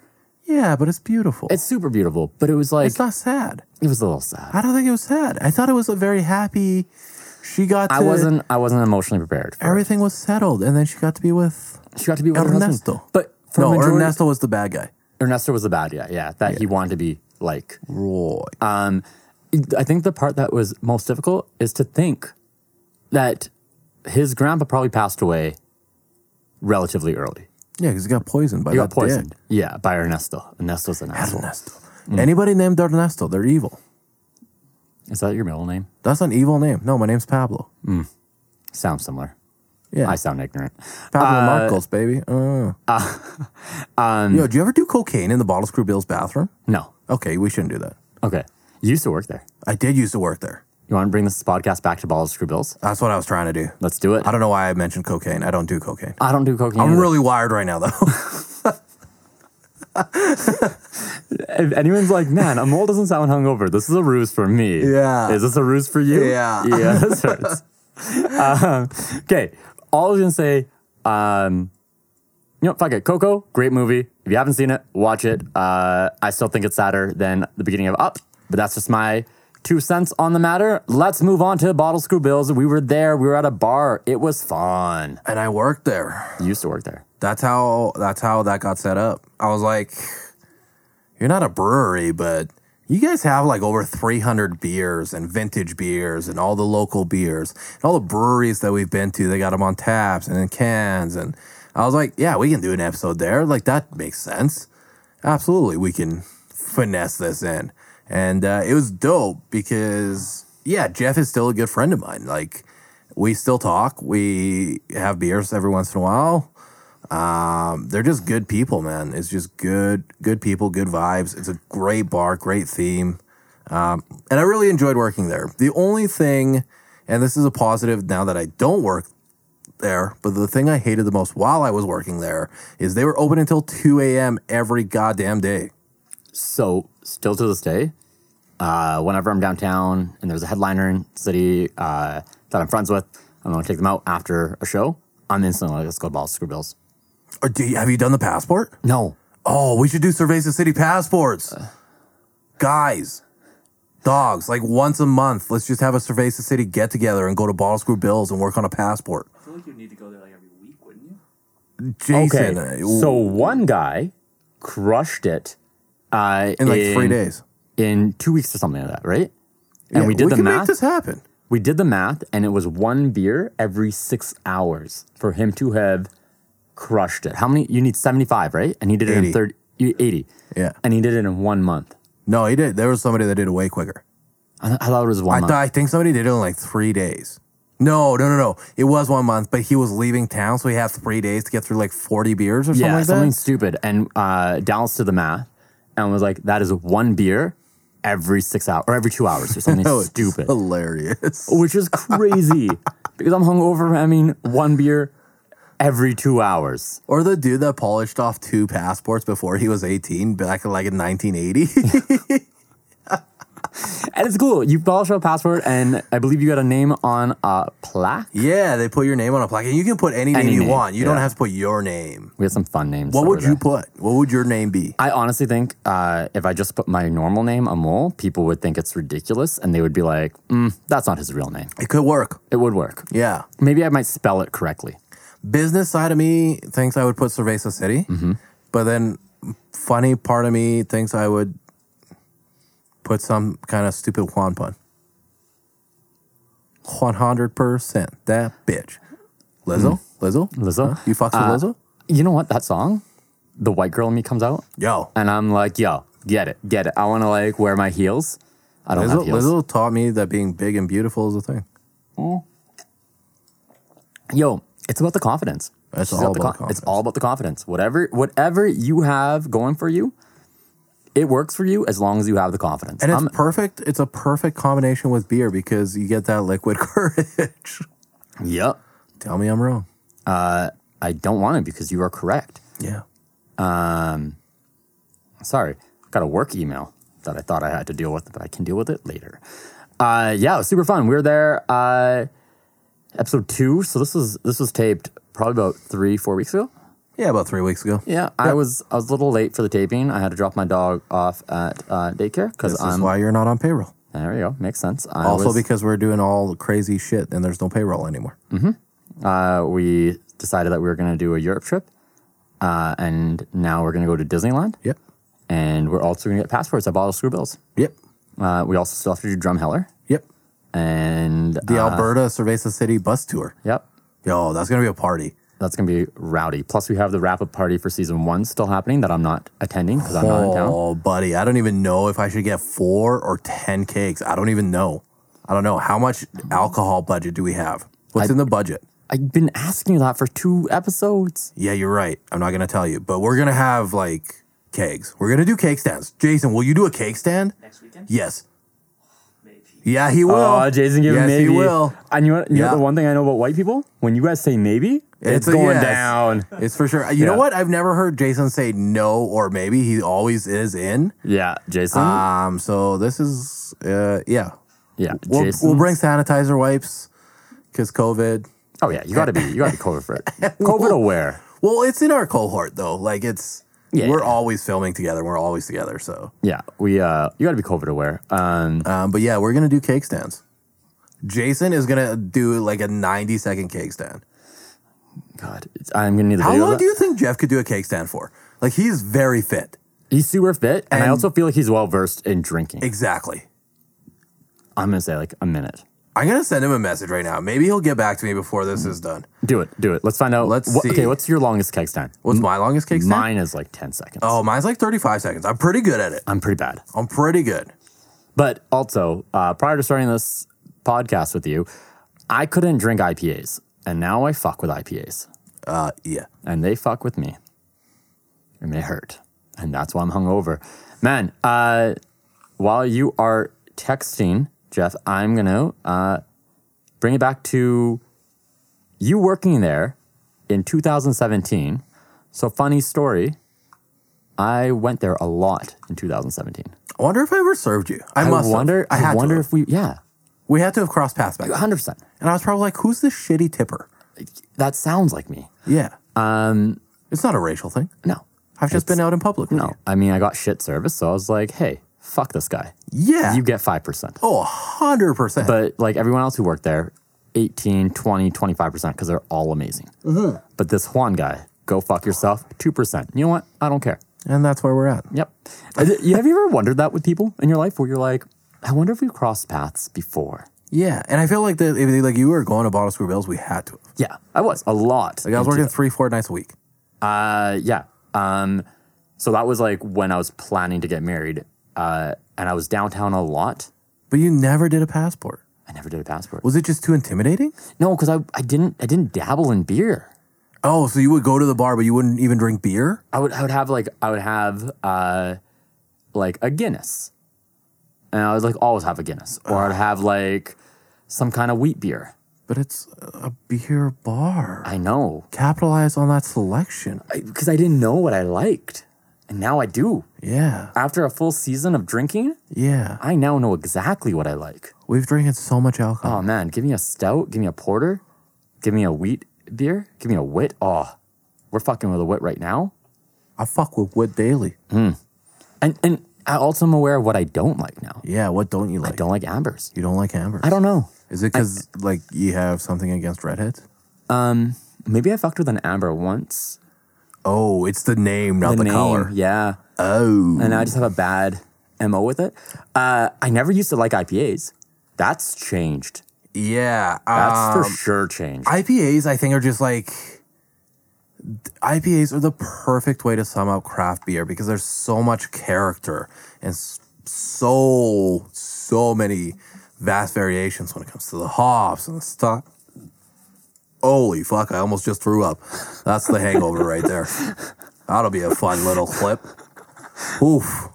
[SPEAKER 1] yeah, but it's beautiful.
[SPEAKER 2] it's super beautiful. But it was like
[SPEAKER 1] it's not sad.
[SPEAKER 2] it was a little sad.
[SPEAKER 1] I don't think it was sad. I thought it was a very happy. She got. To,
[SPEAKER 2] I wasn't I wasn't emotionally prepared. For it.
[SPEAKER 1] Everything was settled, and then she got to be with.
[SPEAKER 2] She got to be with her husband.
[SPEAKER 1] Ernesto.
[SPEAKER 2] But for
[SPEAKER 1] no,
[SPEAKER 2] majority,
[SPEAKER 1] Ernesto was the bad guy.
[SPEAKER 2] Ernesto was the bad guy. Yeah, that he wanted to be like.
[SPEAKER 1] Roy.
[SPEAKER 2] Um, I think the part that was most difficult is to think that his grandpa probably passed away relatively early.
[SPEAKER 1] yeah, because he got poisoned by
[SPEAKER 2] He
[SPEAKER 1] that
[SPEAKER 2] got poisoned. Yeah, by Ernesto. Ernesto's an
[SPEAKER 1] dick.
[SPEAKER 2] asshole. Mm.
[SPEAKER 1] Ernesto. Anybody named Ernesto, they're evil.
[SPEAKER 2] Is that your middle name?
[SPEAKER 1] That's an evil name. No, my name's Pablo.
[SPEAKER 2] Sounds similar.
[SPEAKER 1] Yeah,
[SPEAKER 2] I sound ignorant.
[SPEAKER 1] Pablo Marcos, baby. Uh.
[SPEAKER 2] um,
[SPEAKER 1] Yo, do you ever do cocaine in the Bottle Screw Bill's bathroom?
[SPEAKER 2] No.
[SPEAKER 1] Okay, we shouldn't do that.
[SPEAKER 2] Okay. You used to work there.
[SPEAKER 1] I did used to work there.
[SPEAKER 2] You want to bring this podcast back to balls, screw bills?
[SPEAKER 1] That's what I was trying to do.
[SPEAKER 2] Let's do it.
[SPEAKER 1] I don't know why I mentioned cocaine. I don't do cocaine.
[SPEAKER 2] I don't do cocaine.
[SPEAKER 1] I'm
[SPEAKER 2] either.
[SPEAKER 1] really wired right now, though.
[SPEAKER 2] if anyone's like, man, Amol doesn't sound hungover. This is a ruse for me.
[SPEAKER 1] Yeah.
[SPEAKER 2] Is this a ruse for you?
[SPEAKER 1] Yeah.
[SPEAKER 2] Yeah, this hurts. Okay. All I was going to say, um, you know, fuck it. Coco, great movie. If you haven't seen it, watch it. Uh, I still think it's sadder than the beginning of Up, but that's just my two cents on the matter. Let's move on to Bottle Screw Bills. We were there. We were at a bar. It was fun.
[SPEAKER 1] and I worked there.
[SPEAKER 2] You used to work there.
[SPEAKER 1] That's how. That's how that got set up. I was like, "You're not a brewery, but you guys have like over 300 beers and vintage beers and all the local beers and all the breweries that we've been to. They got them on taps and in cans. And I was like, "Yeah, we can do an episode there. Like that makes sense. Absolutely, we can finesse this in." And uh, it was dope because yeah, Jeff is still a good friend of mine. Like. We still talk. We have beers every once in a while. Um, they're just good people, man. It's just good, good people, good vibes. It's a great bar, great theme. Um, and I really enjoyed working there. The only thing, and this is a positive now that I don't work there, but the thing I hated the most while I was working there is they were open until 2 a.m. every goddamn day.
[SPEAKER 2] So, still to this day, uh, whenever I'm downtown and there's a headliner in the city uh, that I'm friends with, I'm gonna take them out after a show. I'm instantly like, let's go balls, screw bills.
[SPEAKER 1] Or do you, have you done the passport?
[SPEAKER 2] No,
[SPEAKER 1] Oh, we should do Cerveza City passports. Guys, dogs, like once a month, let's just have a Cerveza City get together and go to Bottle Screw Bills and work on a passport.
[SPEAKER 3] I feel like you'd need to go there like every week, wouldn't you?
[SPEAKER 1] Jason,
[SPEAKER 2] okay.
[SPEAKER 1] uh,
[SPEAKER 2] So one guy crushed it uh,
[SPEAKER 1] in like three days.
[SPEAKER 2] in two weeks or something like that, right? And
[SPEAKER 1] Yeah,
[SPEAKER 2] we did the
[SPEAKER 1] can
[SPEAKER 2] math.
[SPEAKER 1] make this happen.
[SPEAKER 2] we did the math, and it was one beer every six hours for him to have crushed it. How many? You need 75, right? And he did it in
[SPEAKER 1] 80.
[SPEAKER 2] 30, you- 80.
[SPEAKER 1] Yeah.
[SPEAKER 2] And he did it in one month.
[SPEAKER 1] No, he did. There was somebody that did it way quicker.
[SPEAKER 2] I, I thought it was one
[SPEAKER 1] I
[SPEAKER 2] month.
[SPEAKER 1] thought I think somebody did it in like three days. No, no, no, no. It was one month, but he was leaving town, so he had three days to get through like forty beers or something
[SPEAKER 2] yeah,
[SPEAKER 1] like
[SPEAKER 2] something
[SPEAKER 1] that.
[SPEAKER 2] stupid. And uh, Dallas did the math and was like, that is one beer every six hours or every two hours or something
[SPEAKER 1] No, Oh, it's
[SPEAKER 2] stupid,
[SPEAKER 1] hilarious.
[SPEAKER 2] which is crazy because I'm hungover. I mean, one beer every two hours.
[SPEAKER 1] Or the dude that polished off two passports before he was eighteen, back in like in nineteen eighty.
[SPEAKER 2] And it's cool. You polish a passport, and I believe you got a name on a plaque.
[SPEAKER 1] yeah, they put your name on a plaque, and you can put any,
[SPEAKER 2] Any
[SPEAKER 1] name you
[SPEAKER 2] name,
[SPEAKER 1] want. You don't
[SPEAKER 2] yeah.
[SPEAKER 1] have to put your name.
[SPEAKER 2] We had some fun names.
[SPEAKER 1] What
[SPEAKER 2] that
[SPEAKER 1] would
[SPEAKER 2] were
[SPEAKER 1] you
[SPEAKER 2] there.
[SPEAKER 1] put? What would your name be?
[SPEAKER 2] I honestly think uh, if I just put my normal name, Amol, people would think it's ridiculous and they would be like, mm, that's not his real name.
[SPEAKER 1] It could work.
[SPEAKER 2] It would work.
[SPEAKER 1] Yeah.
[SPEAKER 2] Maybe I might spell it correctly.
[SPEAKER 1] business side of me thinks I would put Cerveza City,
[SPEAKER 2] Mm-hmm.
[SPEAKER 1] but then funny part of me thinks I would put some kind of stupid Juan pun. One hundred percent, that bitch, Lizzo,
[SPEAKER 2] Mm.
[SPEAKER 1] Lizzo,
[SPEAKER 2] Lizzo?
[SPEAKER 1] Huh? You fucks with
[SPEAKER 2] Uh,
[SPEAKER 1] Lizzo?
[SPEAKER 2] You know what? That song, the white girl in me comes out,
[SPEAKER 1] Yo,
[SPEAKER 2] and I'm like, yo, get it, get it. I want to like wear my heels. I don't
[SPEAKER 1] Lizzo,
[SPEAKER 2] have heels.
[SPEAKER 1] Lizzo taught me that being big and beautiful is a thing.
[SPEAKER 2] Yo, it's about the confidence.
[SPEAKER 1] It's
[SPEAKER 2] She's
[SPEAKER 1] all
[SPEAKER 2] the
[SPEAKER 1] about
[SPEAKER 2] con-
[SPEAKER 1] the
[SPEAKER 2] It's all about the confidence. Whatever, whatever you have going for you, it works for you as long as you have the confidence.
[SPEAKER 1] And it's
[SPEAKER 2] I'm-
[SPEAKER 1] perfect. It's a perfect combination with beer because you get that liquid courage.
[SPEAKER 2] yep.
[SPEAKER 1] Tell me I'm wrong.
[SPEAKER 2] I don't want to because you are correct.
[SPEAKER 1] Yeah.
[SPEAKER 2] Sorry, got a work email that I thought I had to deal with, but I can deal with it later. Uh, yeah, it was super fun. We were there, uh, episode two. So this was this was taped probably about three, four weeks ago.
[SPEAKER 1] Yeah, about three weeks ago.
[SPEAKER 2] Yeah, I was I was a little late for the taping. I had to drop my dog off at uh, daycare because
[SPEAKER 1] This is
[SPEAKER 2] I'm.
[SPEAKER 1] why you're not on payroll.
[SPEAKER 2] There you go, makes sense. I
[SPEAKER 1] Also,
[SPEAKER 2] was-
[SPEAKER 1] because we're doing all the crazy shit and there's no payroll anymore.
[SPEAKER 2] uh, we decided that we were going to do a Europe trip, uh, and now we're going to go to Disneyland,
[SPEAKER 1] Yep.
[SPEAKER 2] and we're also going to get passports. I bought us screw bills.
[SPEAKER 1] Yep.
[SPEAKER 2] Uh, we also still have to do Drumheller,
[SPEAKER 1] Yep.
[SPEAKER 2] and
[SPEAKER 1] The
[SPEAKER 2] uh,
[SPEAKER 1] Alberta Cerveza City bus tour.
[SPEAKER 2] yep,
[SPEAKER 1] Yo, that's going to be a party.
[SPEAKER 2] that's going to be rowdy. Plus, we have the wrap up party for season one still happening that I'm not attending because I'm not in town.
[SPEAKER 1] Oh, buddy. I don't even know if I should get four or 10 cakes. I don't even know. I don't know. How much alcohol budget do we have? What's in the budget?
[SPEAKER 2] I've been asking you that for two episodes.
[SPEAKER 1] Yeah, you're right. I'm not going to tell you, but we're going to have like kegs. We're going to do cake stands. Jason, will you do a cake stand?
[SPEAKER 3] Next weekend?
[SPEAKER 1] Yes.
[SPEAKER 3] Maybe.
[SPEAKER 1] Yeah, he will.
[SPEAKER 2] Oh, Jason, give
[SPEAKER 1] yes,
[SPEAKER 2] him maybe.
[SPEAKER 1] he will.
[SPEAKER 2] And you, know, you
[SPEAKER 1] Yeah.
[SPEAKER 2] know the one thing I know about white people? When you guys say maybe, it's,
[SPEAKER 1] a
[SPEAKER 2] going
[SPEAKER 1] yes.
[SPEAKER 2] down.
[SPEAKER 1] It's for sure. You know
[SPEAKER 2] Yeah.
[SPEAKER 1] what? I've never heard Jason say no or maybe. He always is in.
[SPEAKER 2] Yeah, Jason.
[SPEAKER 1] Um, so this is uh, yeah.
[SPEAKER 2] Uh, yeah,
[SPEAKER 1] We'll,
[SPEAKER 2] Jason.
[SPEAKER 1] we'll bring sanitizer wipes because COVID.
[SPEAKER 2] Oh yeah, you gotta be you gotta be COVID for it. COVID aware.
[SPEAKER 1] Well, it's in our cohort though. Like it's
[SPEAKER 2] Yeah,
[SPEAKER 1] we're
[SPEAKER 2] yeah.
[SPEAKER 1] always filming together. We're always together. So,
[SPEAKER 2] Yeah, we uh you gotta be COVID aware. Um
[SPEAKER 1] um, but yeah, we're gonna do cake stands. Jason is gonna do like a ninety second cake stand.
[SPEAKER 2] God, it's- I'm gonna need the
[SPEAKER 1] How
[SPEAKER 2] video. of
[SPEAKER 1] long
[SPEAKER 2] that.
[SPEAKER 1] do you think Jeff could do a cake stand for? Like he's very fit.
[SPEAKER 2] he's super fit, and, I
[SPEAKER 1] And-
[SPEAKER 2] also feel like he's well versed in drinking.
[SPEAKER 1] Exactly.
[SPEAKER 2] I'm gonna say like a minute.
[SPEAKER 1] I'm gonna send him a message right now. Maybe he'll get back to me before this is done.
[SPEAKER 2] Do it, do it. Let's find out.
[SPEAKER 1] Let's
[SPEAKER 2] what-
[SPEAKER 1] see.
[SPEAKER 2] Okay, what's your longest keg time?
[SPEAKER 1] What's my longest cake stand?
[SPEAKER 2] Mine is like ten seconds.
[SPEAKER 1] Oh, mine's like 35 seconds. I'm pretty good at it.
[SPEAKER 2] I'm pretty bad.
[SPEAKER 1] I'm pretty good.
[SPEAKER 2] But also, uh, prior to starting this podcast with you, I couldn't drink IPAs, and now I fuck with IPAs,
[SPEAKER 1] Uh, yeah.
[SPEAKER 2] and they fuck with me, and they hurt, and that's why I'm hungover. Man, uh, while you are texting, Jeff, I'm gonna uh, bring it back to you working there in 2017. So funny story. I went there a lot in 2017.
[SPEAKER 1] I wonder if I ever served you. I,
[SPEAKER 2] I
[SPEAKER 1] must. have.
[SPEAKER 2] wonder.
[SPEAKER 1] I had
[SPEAKER 2] I wonder
[SPEAKER 1] to. have.
[SPEAKER 2] if we. Yeah,
[SPEAKER 1] we had to have crossed paths back. then.
[SPEAKER 2] 100. percent
[SPEAKER 1] And I was probably like, "Who's this shitty tipper?"
[SPEAKER 2] That sounds like me.
[SPEAKER 1] Yeah. Um, it's not a racial thing.
[SPEAKER 2] No.
[SPEAKER 1] I've just been out in public. with
[SPEAKER 2] No.
[SPEAKER 1] you.
[SPEAKER 2] I mean, I got shit service, so I was like, hey, fuck this guy.
[SPEAKER 1] Yeah.
[SPEAKER 2] You get 5%.
[SPEAKER 1] oh, hundred percent.
[SPEAKER 2] But like everyone else who worked there, 18, 20, 25%, because they're all amazing. But this Juan guy, go fuck yourself, 2%. You know what? I don't care.
[SPEAKER 1] And that's where we're at.
[SPEAKER 2] Yep. Is it- Have you ever wondered that with people in your life where you're like, I wonder if we crossed paths before?
[SPEAKER 1] Yeah. And I feel like that. If like you were going to bottle screw bills, we had to. have.
[SPEAKER 2] Yeah, I was a lot.
[SPEAKER 1] Like I was
[SPEAKER 2] into
[SPEAKER 1] working three, four nights a week.
[SPEAKER 2] Uh, yeah. Um, so that was like when I was planning to get married, uh, and I was downtown a lot.
[SPEAKER 1] But you never did a passport.
[SPEAKER 2] I never did a passport.
[SPEAKER 1] Was it just too intimidating?
[SPEAKER 2] No, because I, I didn't I didn't dabble in beer.
[SPEAKER 1] Oh, so you would go to the bar, but you wouldn't even drink beer?
[SPEAKER 2] I would I would have like I would have uh, like a Guinness, and I would like always have a Guinness, or I'd have like some kind of wheat beer.
[SPEAKER 1] But it's a beer bar.
[SPEAKER 2] I know
[SPEAKER 1] capitalize on that selection.
[SPEAKER 2] because I didn't know what I liked, and now I do.
[SPEAKER 1] Yeah.
[SPEAKER 2] After a full season of drinking,
[SPEAKER 1] Yeah.
[SPEAKER 2] I now know exactly what I like.
[SPEAKER 1] We've drinking so much alcohol.
[SPEAKER 2] Oh man, give me a stout, give me a porter, give me a wheat beer, give me a wit. Oh, we're fucking with a wit right now.
[SPEAKER 1] I fuck with what daily.
[SPEAKER 2] And and I also am aware of what I don't like now.
[SPEAKER 1] Yeah, what don't you like?
[SPEAKER 2] I don't like ambers.
[SPEAKER 1] You don't like amber.
[SPEAKER 2] I don't know.
[SPEAKER 1] Is it because like you have something against redheads?
[SPEAKER 2] Maybe I fucked with an amber once.
[SPEAKER 1] Oh, it's the name, not the,
[SPEAKER 2] name, Uh,
[SPEAKER 1] color.
[SPEAKER 2] Yeah.
[SPEAKER 1] Oh,
[SPEAKER 2] And I just have a bad MO with it. Uh, I never used to like IPAs. That's changed.
[SPEAKER 1] yeah.
[SPEAKER 2] That's
[SPEAKER 1] um,
[SPEAKER 2] for sure changed.
[SPEAKER 1] IPAs. I think are just like IPAs are the perfect way to sum up craft beer because there's so much character and s- so so many vast variations when it comes to the hops and the stock. Holy fuck! I almost just threw up. That's the hangover right there. That'll be a fun little clip. Oof,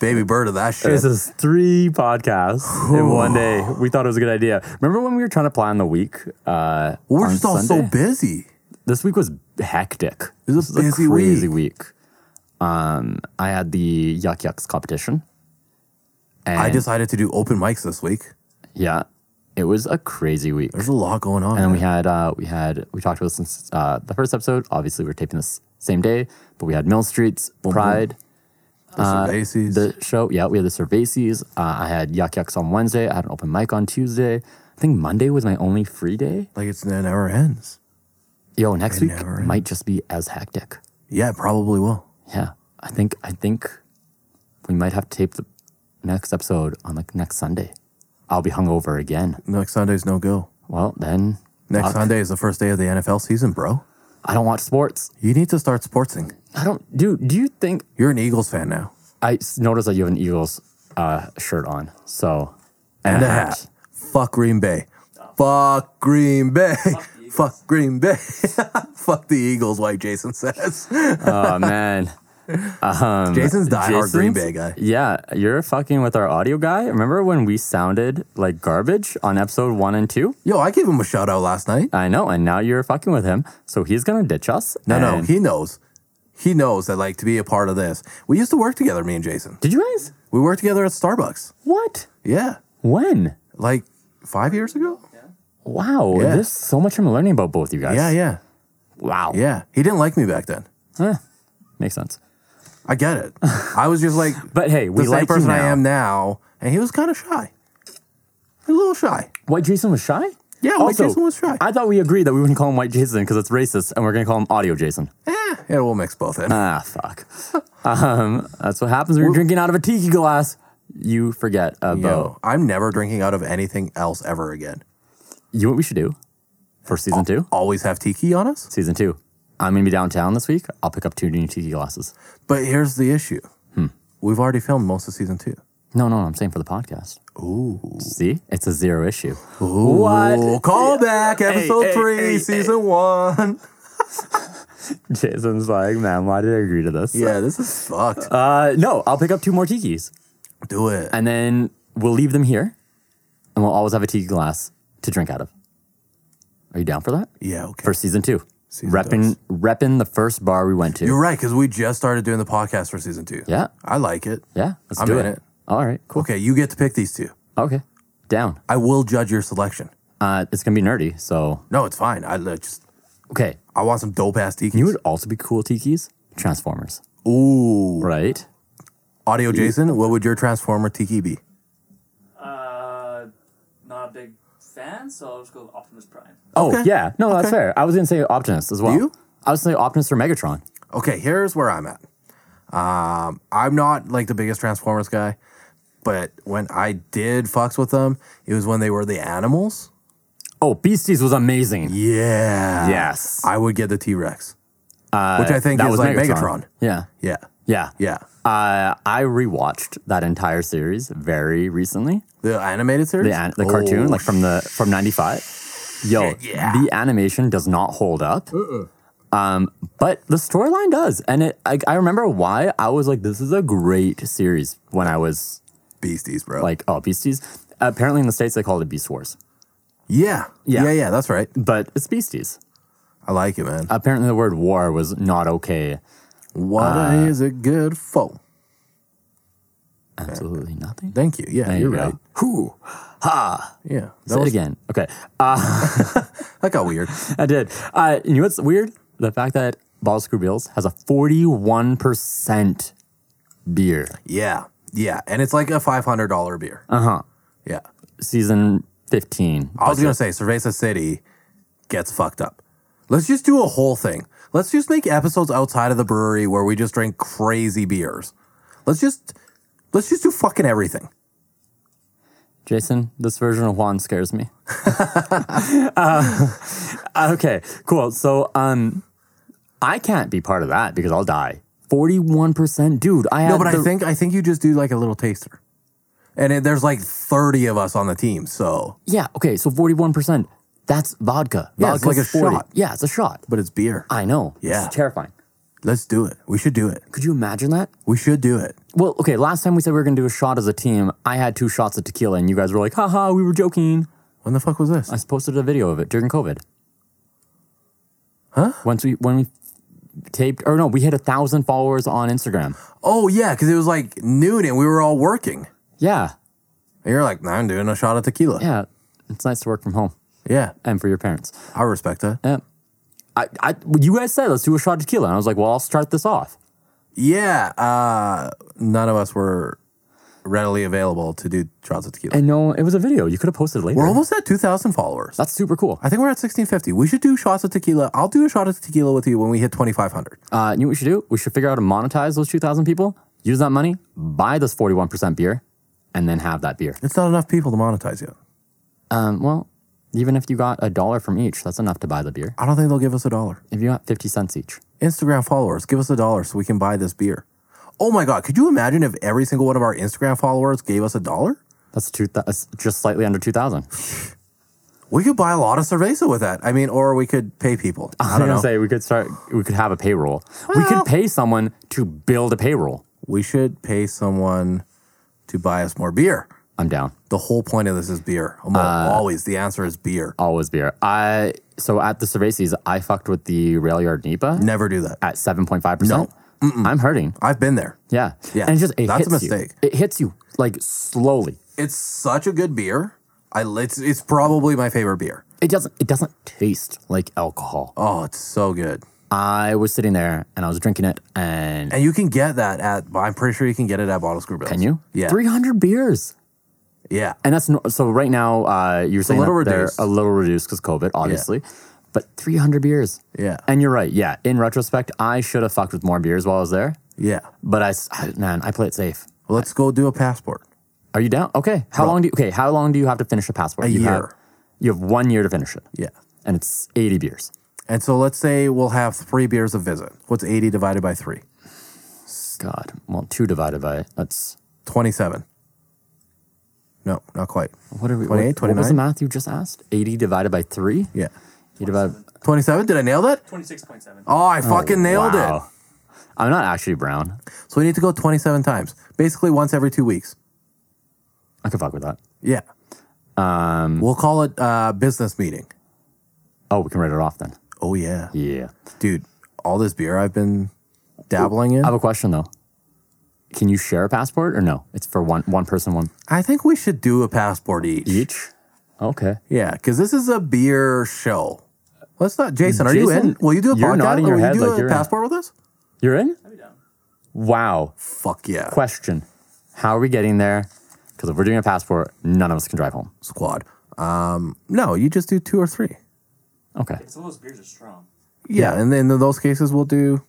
[SPEAKER 1] baby bird of that shit.
[SPEAKER 2] This is three podcasts in one day. We thought it was a good idea. Remember when we were trying to plan the week? Uh,
[SPEAKER 1] We're
[SPEAKER 2] on
[SPEAKER 1] just all
[SPEAKER 2] Sunday?
[SPEAKER 1] so busy.
[SPEAKER 2] This week was hectic. It
[SPEAKER 1] was a busy
[SPEAKER 2] crazy week. um, I had the Yuck Yucks competition. And
[SPEAKER 1] I decided to do open mics this week.
[SPEAKER 2] yeah, it was a crazy week.
[SPEAKER 1] There's a lot going on.
[SPEAKER 2] And then we
[SPEAKER 1] man.
[SPEAKER 2] had uh, we had we talked about this since uh, the first episode. Obviously, we're taping this same day, but we had Mill Streets Pride
[SPEAKER 1] The Cervases.
[SPEAKER 2] uh, the show. Yeah, we had the Cervases. Uh, I had Yuck Yucks on Wednesday. I had an open mic on Tuesday. I think Monday was my only free day.
[SPEAKER 1] like it's it never ends.
[SPEAKER 2] Yo, next week
[SPEAKER 1] never end.
[SPEAKER 2] might just be as hectic.
[SPEAKER 1] Yeah, it probably will.
[SPEAKER 2] Yeah, I think I think we might have to tape the next episode on like next Sunday. I'll be hungover again.
[SPEAKER 1] Next Sunday's no go.
[SPEAKER 2] Well, then
[SPEAKER 1] Next
[SPEAKER 2] Fuck.
[SPEAKER 1] Sunday is the first day of the NFL season, bro.
[SPEAKER 2] I don't watch sports.
[SPEAKER 1] You need to start sportsing.
[SPEAKER 2] I don't, dude. Do you think
[SPEAKER 1] You're an Eagles fan now.
[SPEAKER 2] I s- noticed that you have an Eagles uh, shirt on? So
[SPEAKER 1] And a hat. Fuck Green Bay. Fuck Green Bay. Fuck Green Bay. Fuck the Eagles, like Jason says.
[SPEAKER 2] Oh man, Um,
[SPEAKER 1] Jason's diehard Green
[SPEAKER 2] Jason's-
[SPEAKER 1] Bay guy.
[SPEAKER 2] Yeah, you're fucking with our audio guy. Remember when we sounded like garbage on episode one and two?
[SPEAKER 1] Yo, I gave him a shout out last night.
[SPEAKER 2] I know, and now you're fucking with him. So he's gonna ditch us.
[SPEAKER 1] No, no,
[SPEAKER 2] and-
[SPEAKER 1] he knows. He knows that, like, to be a part of this, we used to work together, me and Jason.
[SPEAKER 2] Did you guys?
[SPEAKER 1] We worked together at Starbucks.
[SPEAKER 2] What?
[SPEAKER 1] Yeah.
[SPEAKER 2] When?
[SPEAKER 1] Like five years ago?
[SPEAKER 2] Wow,
[SPEAKER 1] Yeah.
[SPEAKER 2] there's so much I'm learning about both you guys.
[SPEAKER 1] Yeah, yeah.
[SPEAKER 2] Wow.
[SPEAKER 1] Yeah. He didn't like me back then.
[SPEAKER 2] Eh, makes sense.
[SPEAKER 1] I get it. I was just like,
[SPEAKER 2] But hey,
[SPEAKER 1] the
[SPEAKER 2] we
[SPEAKER 1] same
[SPEAKER 2] like
[SPEAKER 1] person
[SPEAKER 2] you
[SPEAKER 1] I
[SPEAKER 2] now.
[SPEAKER 1] am now, and he was kind of shy, a little shy.
[SPEAKER 2] White Jason was shy.
[SPEAKER 1] Yeah, White
[SPEAKER 2] Also,
[SPEAKER 1] Jason was shy.
[SPEAKER 2] I thought we agreed that we wouldn't call him White Jason because it's racist, and we're gonna call him Audio Jason.
[SPEAKER 1] Eh, yeah, we'll mix both in.
[SPEAKER 2] Ah, fuck. um, that's what happens when you're drinking out of a tiki glass. You forget about
[SPEAKER 1] Yo, I'm never drinking out of anything else ever again.
[SPEAKER 2] you. Know what we should do for
[SPEAKER 1] Oh.
[SPEAKER 2] season two?
[SPEAKER 1] Always have tiki on us.
[SPEAKER 2] Season two. I'm gonna be downtown this week. I'll pick up two new tiki glasses.
[SPEAKER 1] But here's the issue:
[SPEAKER 2] Hmm.
[SPEAKER 1] we've already filmed most of season two.
[SPEAKER 2] No, no, I'm saying for the podcast. Ooh. See, it's a zero issue.
[SPEAKER 1] Oh,
[SPEAKER 2] What?
[SPEAKER 1] call back episode
[SPEAKER 2] hey,
[SPEAKER 1] three,
[SPEAKER 2] hey, hey.
[SPEAKER 1] season one.
[SPEAKER 2] Jason's like, man, why did I agree to this?
[SPEAKER 1] Yeah, this is fucked.
[SPEAKER 2] Uh, no, I'll pick up two more tikis,
[SPEAKER 1] Do it.
[SPEAKER 2] and then we'll leave them here, and we'll always have a tiki glass to drink out of. Are you down for that?
[SPEAKER 1] Yeah, okay.
[SPEAKER 2] For season two,
[SPEAKER 1] Season
[SPEAKER 2] repping repping the first bar we went to.
[SPEAKER 1] You're right, because we just started doing the podcast for season two.
[SPEAKER 2] yeah,
[SPEAKER 1] I like it.
[SPEAKER 2] yeah. Let's
[SPEAKER 1] I'm
[SPEAKER 2] do
[SPEAKER 1] in
[SPEAKER 2] it.
[SPEAKER 1] it.
[SPEAKER 2] All right, cool.
[SPEAKER 1] Okay, you get to pick these two.
[SPEAKER 2] Okay, down.
[SPEAKER 1] I will judge your selection.
[SPEAKER 2] Uh, it's gonna be nerdy, so
[SPEAKER 1] No, it's fine. I li- just
[SPEAKER 2] okay.
[SPEAKER 1] I want some dope ass tiki.
[SPEAKER 2] You would also be cool tikis, Transformers,
[SPEAKER 1] Ooh,
[SPEAKER 2] right?
[SPEAKER 1] audio Jason, what would your transformer tiki be?
[SPEAKER 3] Uh, not a big fan, so I'll just go with Optimus Prime.
[SPEAKER 2] Oh
[SPEAKER 1] Okay.
[SPEAKER 2] yeah, no, that's
[SPEAKER 1] Okay.
[SPEAKER 2] fair. I was gonna say Optimus as well.
[SPEAKER 1] You?
[SPEAKER 2] I was gonna say Optimus or Megatron.
[SPEAKER 1] Okay, here's where I'm at. Um, I'm not like the biggest Transformers guy, but when I did fucks with them, it was when they were the animals.
[SPEAKER 2] Oh, Beasties was amazing.
[SPEAKER 1] Yeah.
[SPEAKER 2] Yes. Uh,
[SPEAKER 1] I would get the T Rex, which I think
[SPEAKER 2] that
[SPEAKER 1] is
[SPEAKER 2] was
[SPEAKER 1] like Megatron.
[SPEAKER 2] Megatron. Yeah.
[SPEAKER 1] Yeah.
[SPEAKER 2] Yeah.
[SPEAKER 1] Yeah.
[SPEAKER 2] Uh, I rewatched that entire series very recently.
[SPEAKER 1] The animated series?
[SPEAKER 2] The an- the
[SPEAKER 1] Oh,
[SPEAKER 2] cartoon, like from the from '95. Yo,
[SPEAKER 1] yeah. Uh-uh.
[SPEAKER 2] the animation does not hold up. Um, but the storyline does, and it. I, I remember why I was like, "This is a great series." When I was
[SPEAKER 1] Beasties, bro.
[SPEAKER 2] like, "Oh, Beasties." Apparently, in the states, they call it Beast Wars,
[SPEAKER 1] yeah. yeah.
[SPEAKER 2] Yeah.
[SPEAKER 1] Yeah, that's right.
[SPEAKER 2] but it's Beasties.
[SPEAKER 1] I like it, man.
[SPEAKER 2] Apparently, the word "war" was not okay.
[SPEAKER 1] What is
[SPEAKER 2] uh,
[SPEAKER 1] it good for?
[SPEAKER 2] Absolutely nothing.
[SPEAKER 1] Thank you. Yeah, you're
[SPEAKER 2] you go.
[SPEAKER 1] right.
[SPEAKER 2] Who?
[SPEAKER 1] Yeah. That
[SPEAKER 2] Say it
[SPEAKER 1] was,
[SPEAKER 2] again. Okay.
[SPEAKER 1] that got weird.
[SPEAKER 2] I did. Uh, you know what's weird? The fact that Ball Screw Bills has a 41% beer.
[SPEAKER 1] Yeah. Yeah. And it's like a $500 beer. Uh huh. Yeah.
[SPEAKER 2] Season 15.
[SPEAKER 1] I was going to say, Cerveza City gets fucked up. Let's just do a whole thing. Let's just make episodes outside of the brewery where we just drink crazy beers. Let's just let's just do fucking everything.
[SPEAKER 2] Jason, this version of Juan scares me. Uh, okay, cool. So um, I can't be part of that because I'll die. 41%. Dude, I had
[SPEAKER 1] No, but I
[SPEAKER 2] the-
[SPEAKER 1] think I think you just do like a little taster. And it, there's like 30 of us on the team, so
[SPEAKER 2] Yeah, okay, so 41%. That's vodka.
[SPEAKER 1] Yeah, it's
[SPEAKER 2] Vodka's
[SPEAKER 1] like a
[SPEAKER 2] 40.
[SPEAKER 1] shot.
[SPEAKER 2] Yeah, it's a shot.
[SPEAKER 1] but it's beer.
[SPEAKER 2] I know.
[SPEAKER 1] Yeah.
[SPEAKER 2] It's terrifying.
[SPEAKER 1] Let's do it. We should do it.
[SPEAKER 2] Could you imagine that?
[SPEAKER 1] We should do it.
[SPEAKER 2] Well, okay, last time we said we were going to do a shot as a team, I had two shots of tequila, and you guys were like, haha, we were joking.
[SPEAKER 1] When the fuck was this?
[SPEAKER 2] I posted a video of it during COVID. Huh? Once we, when we taped, or no, we hit a thousand followers on Instagram.
[SPEAKER 1] Oh yeah, because it was like noon and we were all working.
[SPEAKER 2] Yeah,
[SPEAKER 1] And you're like, nah, I'm doing a shot of tequila.
[SPEAKER 2] yeah, it's nice to work from home
[SPEAKER 1] Yeah,
[SPEAKER 2] and for your parents.
[SPEAKER 1] I respect that.
[SPEAKER 2] Yeah, I, I, you guys said let's do a shot of tequila, and I was like, well, I'll start this off.
[SPEAKER 1] Yeah, uh, none of us were readily available to do shots of tequila.
[SPEAKER 2] And no, it was a video. You could have posted it later.
[SPEAKER 1] we're almost at 2,000 followers.
[SPEAKER 2] That's super cool.
[SPEAKER 1] I think we're at 1650. We should do shots of tequila. I'll do a shot of tequila with you when we hit 2,500.
[SPEAKER 2] Uh, you know what we should do? We should figure out how to monetize those 2,000 people, use that money, buy this 41% beer, and then have that beer.
[SPEAKER 1] It's not enough people to monetize yet.
[SPEAKER 2] Um, well, even if you got a dollar from each, that's enough to buy the beer.
[SPEAKER 1] I don't think they'll give us a dollar.
[SPEAKER 2] If you got 50 cents each,
[SPEAKER 1] Instagram followers, give us a dollar so we can buy this beer. Oh my God, could you imagine if every single one of our Instagram followers gave us a dollar?
[SPEAKER 2] that's, two thou- that's just slightly under 2,000.
[SPEAKER 1] We could buy a lot of cerveza with that. I mean, or we could pay people. I
[SPEAKER 2] I'm
[SPEAKER 1] don't
[SPEAKER 2] going
[SPEAKER 1] know.
[SPEAKER 2] to say we could start, we could have a payroll. we
[SPEAKER 1] Well-
[SPEAKER 2] could pay someone to build a payroll.
[SPEAKER 1] we should pay someone to buy us more beer.
[SPEAKER 2] I'm down.
[SPEAKER 1] The whole point of this is beer. Almo-
[SPEAKER 2] Uh,
[SPEAKER 1] always, the answer is beer.
[SPEAKER 2] Always beer. I So at the Cervases, I fucked with the Rail Yard Nipa
[SPEAKER 1] Never do that.
[SPEAKER 2] at 7.5%. I'm hurting.
[SPEAKER 1] I've been there.
[SPEAKER 2] Yeah.
[SPEAKER 1] Yeah.
[SPEAKER 2] And it just it
[SPEAKER 1] That's a
[SPEAKER 2] hits you.
[SPEAKER 1] mistake.
[SPEAKER 2] It hits you like slowly.
[SPEAKER 1] It's such a good beer. I it's, it's probably my favorite beer.
[SPEAKER 2] It doesn't it doesn't taste like alcohol.
[SPEAKER 1] Oh, it's so good.
[SPEAKER 2] I was sitting there and I was drinking it and
[SPEAKER 1] And you can get that at. I'm pretty sure you can get it at Bottle Screw Bills.
[SPEAKER 2] can you?
[SPEAKER 1] Yeah.
[SPEAKER 2] 300 beers.
[SPEAKER 1] Yeah.
[SPEAKER 2] And that's no, so right now uh you're saying
[SPEAKER 1] little
[SPEAKER 2] that they're
[SPEAKER 1] reduced.
[SPEAKER 2] a little reduced cuz COVID obviously. But 300 beers.
[SPEAKER 1] Yeah.
[SPEAKER 2] And you're right. Yeah. In retrospect, I should have fucked with more beers while I was there.
[SPEAKER 1] Yeah.
[SPEAKER 2] But I, s- I- man, I play it safe.
[SPEAKER 1] Well, let's go do a passport.
[SPEAKER 2] Are you down? Okay. How long do you, okay, how long do you have to finish a passport? you Have,
[SPEAKER 1] year.
[SPEAKER 2] you have 1 year to finish it.
[SPEAKER 1] Yeah.
[SPEAKER 2] And it's 80 beers.
[SPEAKER 1] And so let's say we'll have three beers a visit. What's 80 divided by three?
[SPEAKER 2] God, well, two divided by that's
[SPEAKER 1] 27. No, not quite.
[SPEAKER 2] what are we?
[SPEAKER 1] 28,
[SPEAKER 2] what, what was the
[SPEAKER 1] 29?
[SPEAKER 2] math you just asked? Eighty divided by three.
[SPEAKER 1] Yeah.
[SPEAKER 2] You divide.
[SPEAKER 1] 27? Did I nail that?
[SPEAKER 3] 26.7.
[SPEAKER 1] Oh, I fucking nailed it.
[SPEAKER 2] Wow. I'm not actually brown.
[SPEAKER 1] So we need to go 27 times, basically once every two weeks.
[SPEAKER 2] I could fuck with that.
[SPEAKER 1] Yeah. Um, we'll call it uh, business meeting.
[SPEAKER 2] Oh, we can write it off then.
[SPEAKER 1] Oh, yeah.
[SPEAKER 2] Yeah.
[SPEAKER 1] Dude, all this beer I've been dabbling in.
[SPEAKER 2] I have a question though. Can you share a passport or no? It's for one one person one
[SPEAKER 1] I think we should do a passport each.
[SPEAKER 2] each. Okay.
[SPEAKER 1] Yeah, because this is a beer show. Let's not, Jason. Are you
[SPEAKER 2] Jason,
[SPEAKER 1] in? Will you do a
[SPEAKER 2] you're
[SPEAKER 1] podcast?
[SPEAKER 2] nodding
[SPEAKER 1] Or
[SPEAKER 2] your
[SPEAKER 1] will you
[SPEAKER 2] head
[SPEAKER 1] do
[SPEAKER 2] like
[SPEAKER 1] a
[SPEAKER 2] you're in.
[SPEAKER 1] passport with us?
[SPEAKER 2] You're in.
[SPEAKER 3] I'd be down.
[SPEAKER 2] Wow.
[SPEAKER 1] Fuck yeah,
[SPEAKER 2] Question. How are we getting there? Because if we're doing a passport, none of us can drive home.
[SPEAKER 1] squad. Um, no, you just do two or three.
[SPEAKER 2] Okay.
[SPEAKER 3] Some of those beers are strong.
[SPEAKER 1] Yeah, and then in those cases we'll do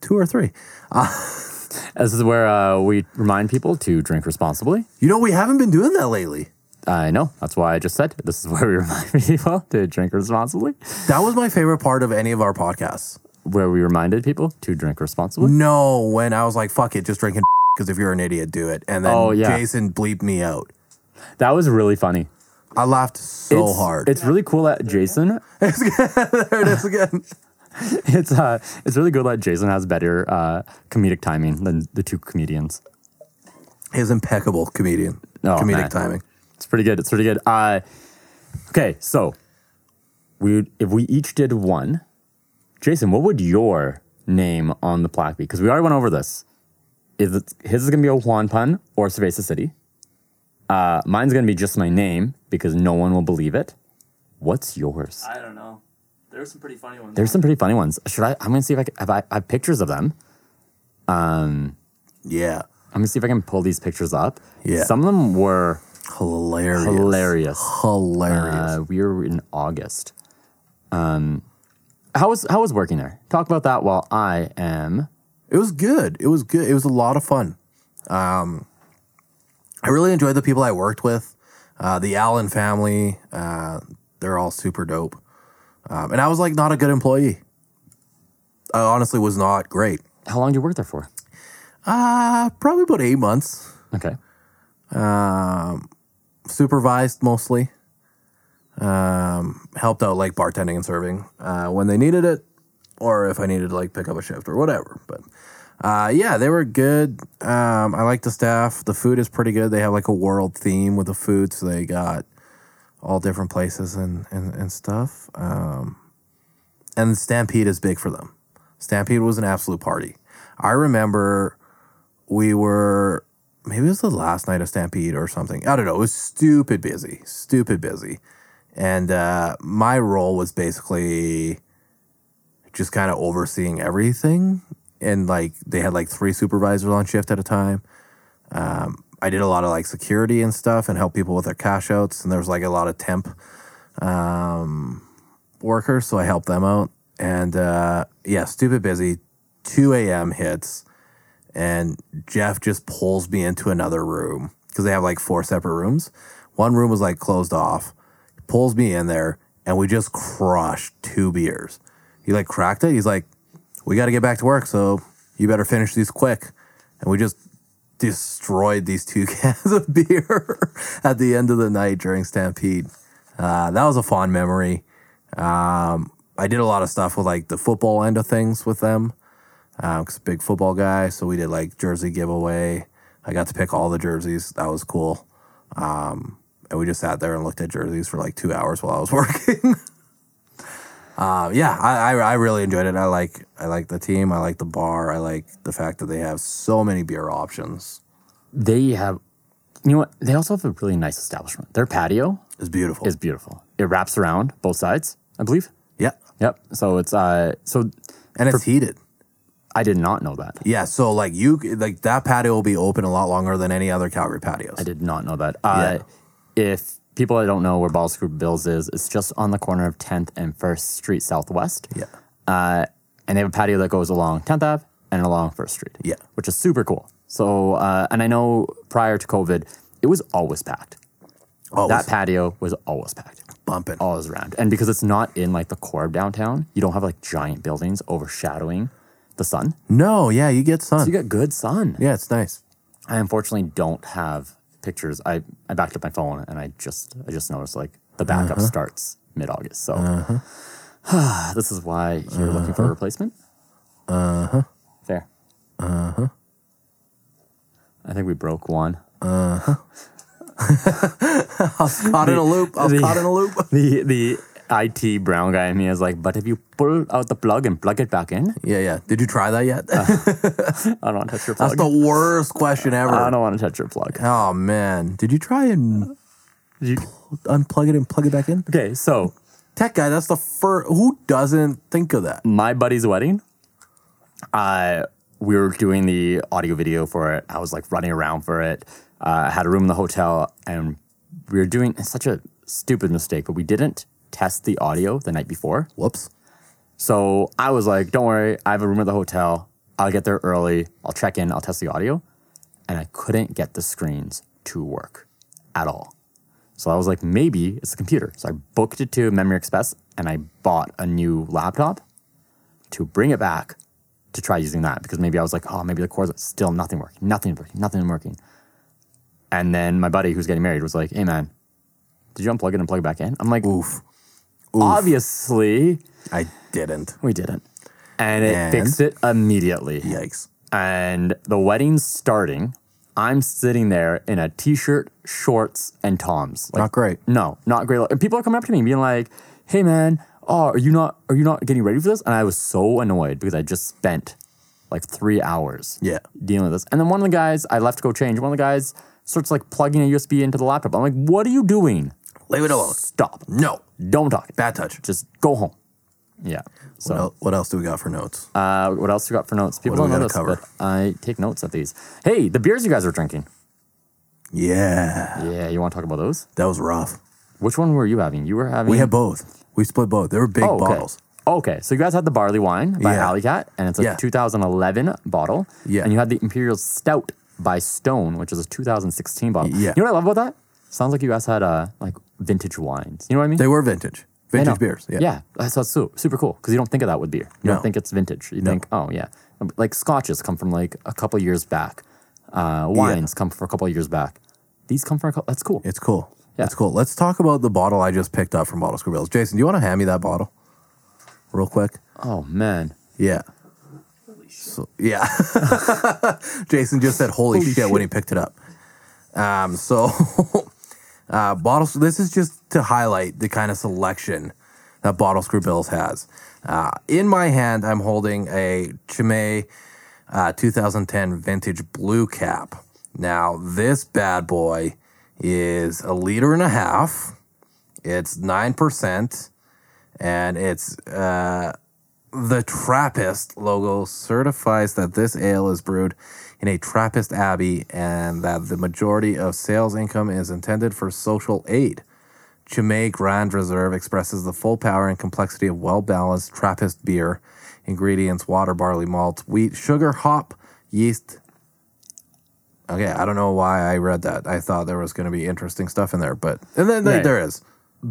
[SPEAKER 1] two or three.
[SPEAKER 2] This is where uh, we remind people to drink responsibly.
[SPEAKER 1] You know, we haven't been doing that lately.
[SPEAKER 2] I know. That's why I just said this is where we remind people to drink responsibly.
[SPEAKER 1] That was my favorite part of any of our podcasts.
[SPEAKER 2] Where we reminded people to drink responsibly.
[SPEAKER 1] No, when I was like, "Fuck it, just drinking," because if you're an idiot, do it. And then
[SPEAKER 2] Oh, yeah.
[SPEAKER 1] Jason bleeped me out.
[SPEAKER 2] That was really funny.
[SPEAKER 1] I laughed so
[SPEAKER 2] it's,
[SPEAKER 1] hard.
[SPEAKER 2] It's really cool that Jason.
[SPEAKER 1] there it is again.
[SPEAKER 2] It's uh, it's really cool that Jason has better uh, comedic timing than the two comedians.
[SPEAKER 1] His impeccable comedian,
[SPEAKER 2] Oh,
[SPEAKER 1] comedic
[SPEAKER 2] man.
[SPEAKER 1] timing.
[SPEAKER 2] It's pretty good. It's pretty good. Uh, okay, so we if we each did one, Jason, what would your name on the plaque be? Because we already went over this. Is it, his is gonna be a Juan pun or Cerveza City? Uh, mine's gonna be just my name because no one will believe it. What's yours?
[SPEAKER 3] I don't know. There were some pretty funny ones.
[SPEAKER 2] There's some pretty funny ones. Should I? I'm gonna see if I can, have I, I have pictures of them.
[SPEAKER 1] Yeah,
[SPEAKER 2] I'm gonna see if I can pull these pictures up.
[SPEAKER 1] Yeah.
[SPEAKER 2] Some of them were
[SPEAKER 1] hilarious.
[SPEAKER 2] hilarious.
[SPEAKER 1] Hilarious.
[SPEAKER 2] Uh, we were in August. Um, how was how was working there? Talk about that while I am.
[SPEAKER 1] It was good. It was good. It was a lot of fun. Um, I really enjoyed the people I worked with. Uh, the Allen family, uh, they're all super dope. Um, and I was like not a good employee. I honestly was not great.
[SPEAKER 2] How long did you work there for?
[SPEAKER 1] Uh, probably about eight months.
[SPEAKER 2] Okay,
[SPEAKER 1] Supervised mostly. Um, helped out like bartending and serving uh, when they needed it, or if I needed to like pick up a shift or whatever. But Uh, yeah, they were good. Um, I like the staff. The food is pretty good. They have like a world theme with the food, so they got all different places and and, and stuff. Um, and Stampede is big for them, Stampede was an absolute party. I remember we were maybe it was the last night of Stampede or something. I don't know. It was stupid busy, stupid busy, and uh, my role was basically just kind of overseeing everything. And like they had like three supervisors on shift at a time. Um, I did a lot of like security and stuff and helped people with their cash outs. And there was like a lot of temp um, workers, so I helped them out. And uh, yeah, stupid busy. 2 a.m. hits, and Jeff just pulls me into another room because they have like four separate rooms. One room was like closed off. Pulls me in there, and we just crushed two beers. He like cracked it. He's like, "We got to get back to work, so you better finish these quick." And we just destroyed these two cans of beer at the end of the night during Stampede. Uh, that was a fond memory. Um, I did a lot of stuff with like the football end of things with them. Um, 'cause big football guy, so we did like jersey giveaway. I got to pick all the jerseys. That was cool. Um, and we just sat there and looked at jerseys for like two hours while I was working. uh, yeah, I, I I really enjoyed it. I like I like the team. I like the bar. I like the fact that they have so many beer options.
[SPEAKER 2] They have, you know what? They also have a really nice establishment. Their patio
[SPEAKER 1] It's beautiful.
[SPEAKER 2] is beautiful. It wraps around both sides, I believe.
[SPEAKER 1] yeah,
[SPEAKER 2] Yep. So it's uh. So
[SPEAKER 1] and it's heated.
[SPEAKER 2] I did not know that.
[SPEAKER 1] Yeah, so like you like that patio will be open a lot longer than any other Calgary patios.
[SPEAKER 2] I did not know that. Uh, If people that don't know where Ball Screw Bills is, it's just on the corner of 10th and 1st Street Southwest.
[SPEAKER 1] Yeah.
[SPEAKER 2] Uh, and they have a patio that goes along 10th Ave and along 1st Street.
[SPEAKER 1] Yeah.
[SPEAKER 2] Which is super cool. So, uh, and I know prior to COVID, it was always packed.
[SPEAKER 1] Oh,
[SPEAKER 2] That patio was always packed,
[SPEAKER 1] bumping.
[SPEAKER 2] always around. And because it's not in like the core of downtown, you don't have like giant buildings overshadowing the sun.
[SPEAKER 1] No, yeah, you get sun.
[SPEAKER 2] You get good sun.
[SPEAKER 1] yeah, it's nice.
[SPEAKER 2] I unfortunately don't have pictures. I, I backed up my phone and I just I just noticed like the backup starts mid August. So this is why you're looking for a replacement. Uh huh. Fair. Uh huh. I think we broke one.
[SPEAKER 1] Caught in a loop. I was
[SPEAKER 2] the-
[SPEAKER 1] caught in a loop.
[SPEAKER 2] The the IT brown guy in me is like, but if you pull out the plug and plug it back in,
[SPEAKER 1] Yeah, yeah. Did you try that yet?
[SPEAKER 2] I don't want to touch your plug.
[SPEAKER 1] That's the worst question ever.
[SPEAKER 2] I don't want to touch your plug.
[SPEAKER 1] oh man, did you try and unplug it and plug it back in?
[SPEAKER 2] okay, so
[SPEAKER 1] Tech guy, that's the first. Who doesn't think of that?
[SPEAKER 2] my buddy's wedding, uh, we were doing the audio video for it. I was like running around for it. Uh, I had a room in the hotel, and we were doing it's such a stupid mistake, but we didn't test the audio the night before.
[SPEAKER 1] Whoops.
[SPEAKER 2] So I was like, don't worry, I have a room at the hotel. I'll get there early. I'll check in. I'll test the audio. And I couldn't get the screens to work at all. So I was like, maybe it's the computer. So I booked it to Memory Express and I bought a new laptop to bring it back to try using that because maybe I was like, oh, maybe the cores still nothing working, nothing working, nothing working. And then my buddy who's getting married was like, hey man, did you unplug it and plug it back in? I'm like,
[SPEAKER 1] Oof.
[SPEAKER 2] obviously
[SPEAKER 1] I didn't.
[SPEAKER 2] we didn't. And it
[SPEAKER 1] And?
[SPEAKER 2] fixed it immediately.
[SPEAKER 1] Yikes.
[SPEAKER 2] And the wedding's starting. I'm sitting there in a t-shirt, shorts, and toms. Like,
[SPEAKER 1] Not great.
[SPEAKER 2] No, not great. And people are coming up to me and being like, "Hey, man, oh, are you not are you not getting ready for this?" And I was so annoyed because I just spent like three hours
[SPEAKER 1] Yeah.
[SPEAKER 2] dealing with this. And then one of the guys, I left to go change. One of the guys starts like plugging a USB into the laptop. I'm like, "What are you doing?
[SPEAKER 1] Leave it alone.
[SPEAKER 2] Stop!
[SPEAKER 1] No.
[SPEAKER 2] Don't talk.
[SPEAKER 1] Bad touch.
[SPEAKER 2] Just go home." Yeah. So
[SPEAKER 1] Well, what else do we got for notes?
[SPEAKER 2] uh, what else you got for notes? People
[SPEAKER 1] What do
[SPEAKER 2] don't
[SPEAKER 1] we
[SPEAKER 2] know
[SPEAKER 1] gotta
[SPEAKER 2] this,
[SPEAKER 1] cover?
[SPEAKER 2] but I take notes of these. Hey, the beers you guys are drinking.
[SPEAKER 1] yeah,
[SPEAKER 2] Yeah, you want to talk about those?
[SPEAKER 1] that was rough.
[SPEAKER 2] Which one were you having? You were having.
[SPEAKER 1] We had both. We split both. They were big
[SPEAKER 2] oh, okay.
[SPEAKER 1] bottles.
[SPEAKER 2] Okay, so you guys had the barley wine by
[SPEAKER 1] Yeah.
[SPEAKER 2] Alley Cat, and it's a
[SPEAKER 1] Yeah.
[SPEAKER 2] 2011 bottle.
[SPEAKER 1] Yeah.
[SPEAKER 2] And you had the Imperial Stout by Stone, which is a 2016 bottle.
[SPEAKER 1] Yeah.
[SPEAKER 2] You know what I love about that? Sounds like you guys had uh, like vintage wines. You know what I mean?
[SPEAKER 1] They were vintage.
[SPEAKER 2] I know.
[SPEAKER 1] Vintage beers. Yeah.
[SPEAKER 2] Yeah, that's, that's su- super cool because you don't think of that with beer. You
[SPEAKER 1] No.
[SPEAKER 2] don't think it's vintage. You think, oh yeah, like scotches come from like a couple years back. Uh, wines come from a couple years back. These come from a couple. That's cool.
[SPEAKER 1] It's cool.
[SPEAKER 2] Yeah.
[SPEAKER 1] It's cool. Let's talk about the bottle I just picked up from Bottle Screw Bills. Jason, do you want to hand me that bottle real quick?
[SPEAKER 2] oh man,
[SPEAKER 1] Yeah. So, yeah. Jason just said, holy,
[SPEAKER 2] Holy
[SPEAKER 1] shit, when he picked it up. Um, so, uh, bottles, this is just to highlight the kind of selection that Bottle Screw Bills has. Uh, in my hand, I'm holding a Chimay uh, 2010 vintage blue cap. Now, this bad boy is a liter and a half. It's 9%, and it's uh, the Trappist logo certifies that this ale is brewed in a Trappist abbey and that the majority of sales income is intended for social aid. Chimay Grand Reserve expresses the full power and complexity of well balanced Trappist beer. Ingredients water, barley, malt, wheat, sugar, hop, yeast. Okay, I don't know why I read that. I thought there was going to be interesting stuff in there, but and then like,
[SPEAKER 2] Right.
[SPEAKER 1] there is.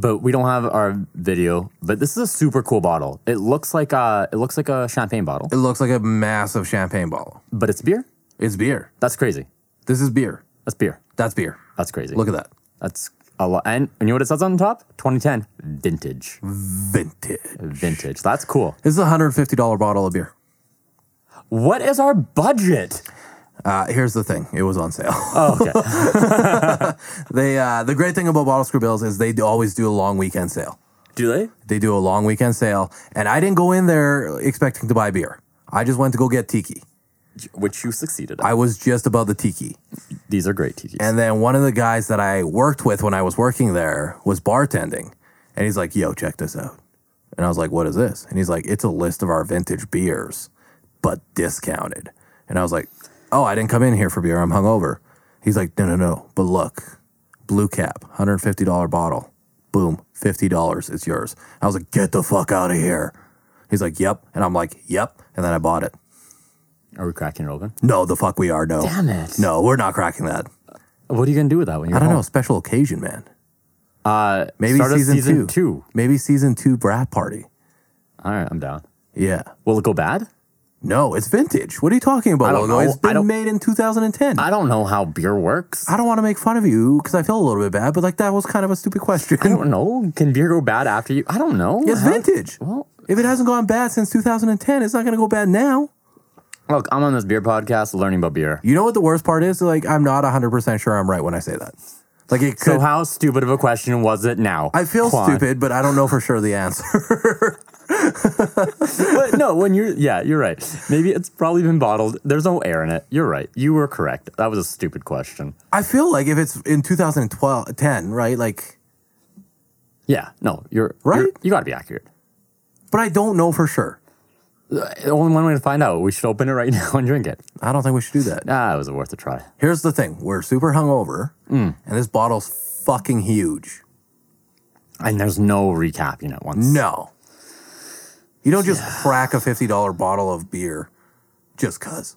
[SPEAKER 2] but we don't have our video. But this is a super cool bottle. It looks like a it looks like a champagne bottle,
[SPEAKER 1] It looks like a massive champagne bottle.
[SPEAKER 2] but it's beer.
[SPEAKER 1] It's beer.
[SPEAKER 2] That's crazy.
[SPEAKER 1] This is beer.
[SPEAKER 2] That's beer.
[SPEAKER 1] That's beer.
[SPEAKER 2] That's crazy.
[SPEAKER 1] Look at that.
[SPEAKER 2] that's a lot. And you know what it says on top? 2010 vintage.
[SPEAKER 1] Vintage.
[SPEAKER 2] Vintage. That's cool.
[SPEAKER 1] This is a hundred fifty dollar bottle of beer.
[SPEAKER 2] What is our budget?
[SPEAKER 1] Uh, here's the thing: it was on sale.
[SPEAKER 2] Oh, okay.
[SPEAKER 1] they uh, the great thing about Bottle Screw Bills is they do- always do a long weekend sale.
[SPEAKER 2] Do they?
[SPEAKER 1] They do a long weekend sale, and I didn't go in there expecting to buy beer. I just went to go get tiki.
[SPEAKER 2] Which you succeeded. at.
[SPEAKER 1] I was just above the tiki,
[SPEAKER 2] These are great TTs.
[SPEAKER 1] and then one of the guys that I worked with when I was working there was bartending, and he's like, "Yo, check this out," and I was like, "What is this?" And he's like, "It's a list of our vintage beers, but discounted." And I was like, "Oh, I didn't come in here for beer. I'm hungover." He's like, "No, no, no. But look, Blue Cap, hundred fifty dollar bottle. Boom, fifty dollars. It's yours." I was like, "Get the fuck out of here." He's like, "Yep," and I'm like, "Yep," and then I bought it.
[SPEAKER 2] are we cracking it open?
[SPEAKER 1] No, the fuck we are. No,
[SPEAKER 2] Damn it. Oh.
[SPEAKER 1] No, we're not cracking that.
[SPEAKER 2] What are you gonna do with that when you're
[SPEAKER 1] I don't
[SPEAKER 2] home?
[SPEAKER 1] know. Special occasion, man.
[SPEAKER 2] Uh,
[SPEAKER 1] Maybe
[SPEAKER 2] start of
[SPEAKER 1] season, two.
[SPEAKER 2] two.
[SPEAKER 1] Maybe season two brat party.
[SPEAKER 2] All right, I'm down.
[SPEAKER 1] Yeah.
[SPEAKER 2] Will it go bad?
[SPEAKER 1] No, it's vintage. What are you talking about?
[SPEAKER 2] I don't
[SPEAKER 1] Logo?
[SPEAKER 2] know.
[SPEAKER 1] It's been
[SPEAKER 2] I don't-
[SPEAKER 1] made in 2010. I,
[SPEAKER 2] I don't know how beer works.
[SPEAKER 1] don't want to make fun of you because I feel a little bit bad, but like that was kind of a stupid question.
[SPEAKER 2] I don't know. Can beer go bad after you? I don't know.
[SPEAKER 1] It's
[SPEAKER 2] How-
[SPEAKER 1] vintage.
[SPEAKER 2] Well,
[SPEAKER 1] If it hasn't gone bad since 2010, it's not going to go bad now.
[SPEAKER 2] look, I'm on this beer podcast learning about beer.
[SPEAKER 1] You know what the worst part is? Like, I'm not 100% sure I'm right when I say that. Like, it could.
[SPEAKER 2] So, how stupid of a question was it now?
[SPEAKER 1] I feel
[SPEAKER 2] Quan?
[SPEAKER 1] stupid, but I don't know for sure the answer.
[SPEAKER 2] But no, when you're, yeah, you're right. Maybe it's probably been bottled. There's no air in it. You're right. You were correct. That was a stupid question.
[SPEAKER 1] I feel like if it's in 2012, 10, right? Like,
[SPEAKER 2] Yeah, no, you're
[SPEAKER 1] Right?
[SPEAKER 2] you're- you got to be accurate.
[SPEAKER 1] but I don't know for sure.
[SPEAKER 2] The Only one way to find out. We should open it right now and drink it.
[SPEAKER 1] I don't think we should do that.
[SPEAKER 2] Ah, it was worth a try.
[SPEAKER 1] Here's the thing: we're super hungover,
[SPEAKER 2] Mm.
[SPEAKER 1] and this bottle's fucking huge.
[SPEAKER 2] And there's no recapping it once.
[SPEAKER 1] No, you don't just crack a fifty dollar bottle of beer just cause.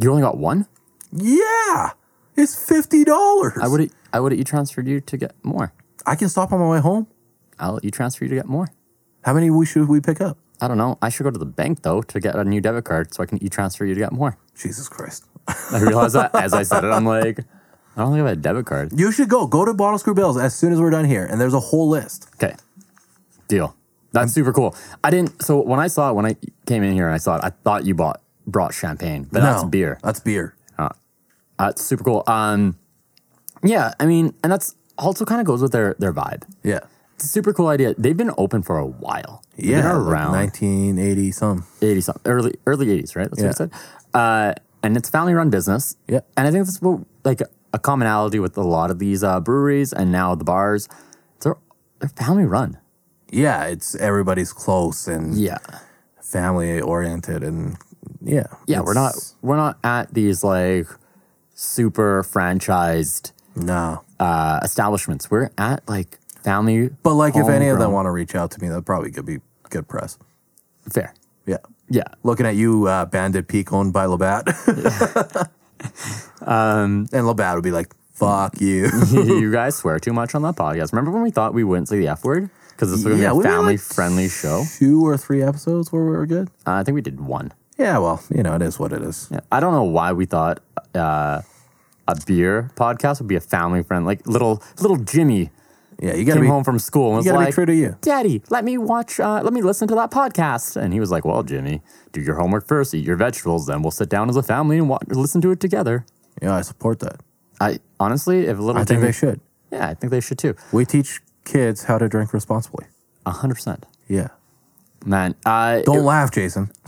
[SPEAKER 2] You only got one.
[SPEAKER 1] Yeah, it's fifty dollars.
[SPEAKER 2] I would I would you transferred you to get more.
[SPEAKER 1] I can stop on my way home.
[SPEAKER 2] I'll you transfer you to get more.
[SPEAKER 1] How many we should we pick up?
[SPEAKER 2] I don't know. I should go to the bank though to get a new debit card so I can e transfer you to get more.
[SPEAKER 1] Jesus Christ!
[SPEAKER 2] I realized that as I said it, I'm like, I don't think I have a debit card.
[SPEAKER 1] You should go. Go to Bottle Screw Bills as soon as we're done here, and there's a whole list.
[SPEAKER 2] Okay, deal. That's super cool. I didn't. So when I saw it, when I came in here and I saw it, I thought you bought brought champagne, but that's
[SPEAKER 1] No,
[SPEAKER 2] beer.
[SPEAKER 1] That's beer.
[SPEAKER 2] That's Uh, super cool. Um, yeah, I mean, and that's also kind of goes with their their vibe.
[SPEAKER 1] Yeah,
[SPEAKER 2] It's a super cool idea. They've been open for a while. They've been
[SPEAKER 1] yeah.
[SPEAKER 2] around.
[SPEAKER 1] nineteen eighty some.
[SPEAKER 2] 80 something, early early 80s, right? That's what
[SPEAKER 1] Yeah.
[SPEAKER 2] you said. Uh, and it's family run business.
[SPEAKER 1] Yeah.
[SPEAKER 2] And I think that's what like a commonality with a lot of these uh, breweries and now the bars. They're they're family run.
[SPEAKER 1] Yeah, it's everybody's close and
[SPEAKER 2] Yeah.
[SPEAKER 1] family oriented, and yeah,
[SPEAKER 2] Yeah, we're not
[SPEAKER 1] it's-
[SPEAKER 2] we're not at these like super franchised
[SPEAKER 1] No.
[SPEAKER 2] uh, establishments. We're at like family
[SPEAKER 1] But like, if any of them
[SPEAKER 2] homegrown-
[SPEAKER 1] want to reach out to me, that probably could be good press.
[SPEAKER 2] fair.
[SPEAKER 1] Yeah.
[SPEAKER 2] Yeah.
[SPEAKER 1] Looking at you, uh, Bandit Peak owned by Labatt.
[SPEAKER 2] Um,
[SPEAKER 1] and Labatt would be like, fuck you.
[SPEAKER 2] you guys swear too much on that podcast. Remember when we thought we wouldn't say the F word? Because this was going to
[SPEAKER 1] Yeah,
[SPEAKER 2] be
[SPEAKER 1] we
[SPEAKER 2] a
[SPEAKER 1] were, like,
[SPEAKER 2] family friendly show.
[SPEAKER 1] Two or three episodes where we were good?
[SPEAKER 2] Uh, I think we did one.
[SPEAKER 1] Yeah, well, you know, it is what it is.
[SPEAKER 2] Yeah, I don't know why we thought uh, a beer podcast would be a family friend. Like little little Jimmy
[SPEAKER 1] Yeah, you gotta
[SPEAKER 2] came
[SPEAKER 1] be.
[SPEAKER 2] home from school and was
[SPEAKER 1] gotta be
[SPEAKER 2] like,
[SPEAKER 1] true to you.
[SPEAKER 2] "Daddy, let me watch. Uh, let me listen to that podcast." And he was like, "Well, Jimmy, do your homework first, eat your vegetables, then we'll sit down as a family and wa listen to it together."
[SPEAKER 1] Yeah, I support that.
[SPEAKER 2] I honestly, if little
[SPEAKER 1] I think
[SPEAKER 2] Jimmy,
[SPEAKER 1] they should.
[SPEAKER 2] yeah, I think they should too.
[SPEAKER 1] We teach kids how to drink responsibly.
[SPEAKER 2] A hundred percent.
[SPEAKER 1] Yeah.
[SPEAKER 2] Man, uh,
[SPEAKER 1] Don't laugh, Jason.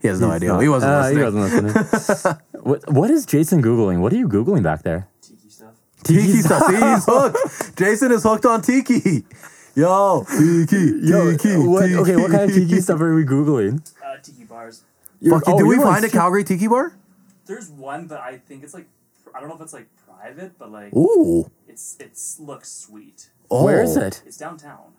[SPEAKER 1] he has no idea.
[SPEAKER 2] not-
[SPEAKER 1] Oh, he wasn't
[SPEAKER 2] uh,
[SPEAKER 1] listening.
[SPEAKER 2] He wasn't listening. what, what is Jason Googling? What are you Googling back there?
[SPEAKER 3] Tiki stuff.
[SPEAKER 1] Tiki stuff. See, he's hooked. Jason is hooked on tiki. Yo, tiki, tiki,
[SPEAKER 2] uh, what,
[SPEAKER 1] tiki.
[SPEAKER 2] Okay, what kind of tiki stuff are we Googling?
[SPEAKER 3] Uh, tiki bars.
[SPEAKER 2] You're-
[SPEAKER 1] Fuck,
[SPEAKER 2] oh,
[SPEAKER 1] did we
[SPEAKER 2] you're on
[SPEAKER 1] find a
[SPEAKER 2] Tik-
[SPEAKER 1] Calgary tiki bar?
[SPEAKER 3] There's one, but I think it's like I don't know if it's like private, but like
[SPEAKER 1] Ooh.
[SPEAKER 3] it's it's looks sweet.
[SPEAKER 1] Oh.
[SPEAKER 2] Where is it?
[SPEAKER 3] It's downtown,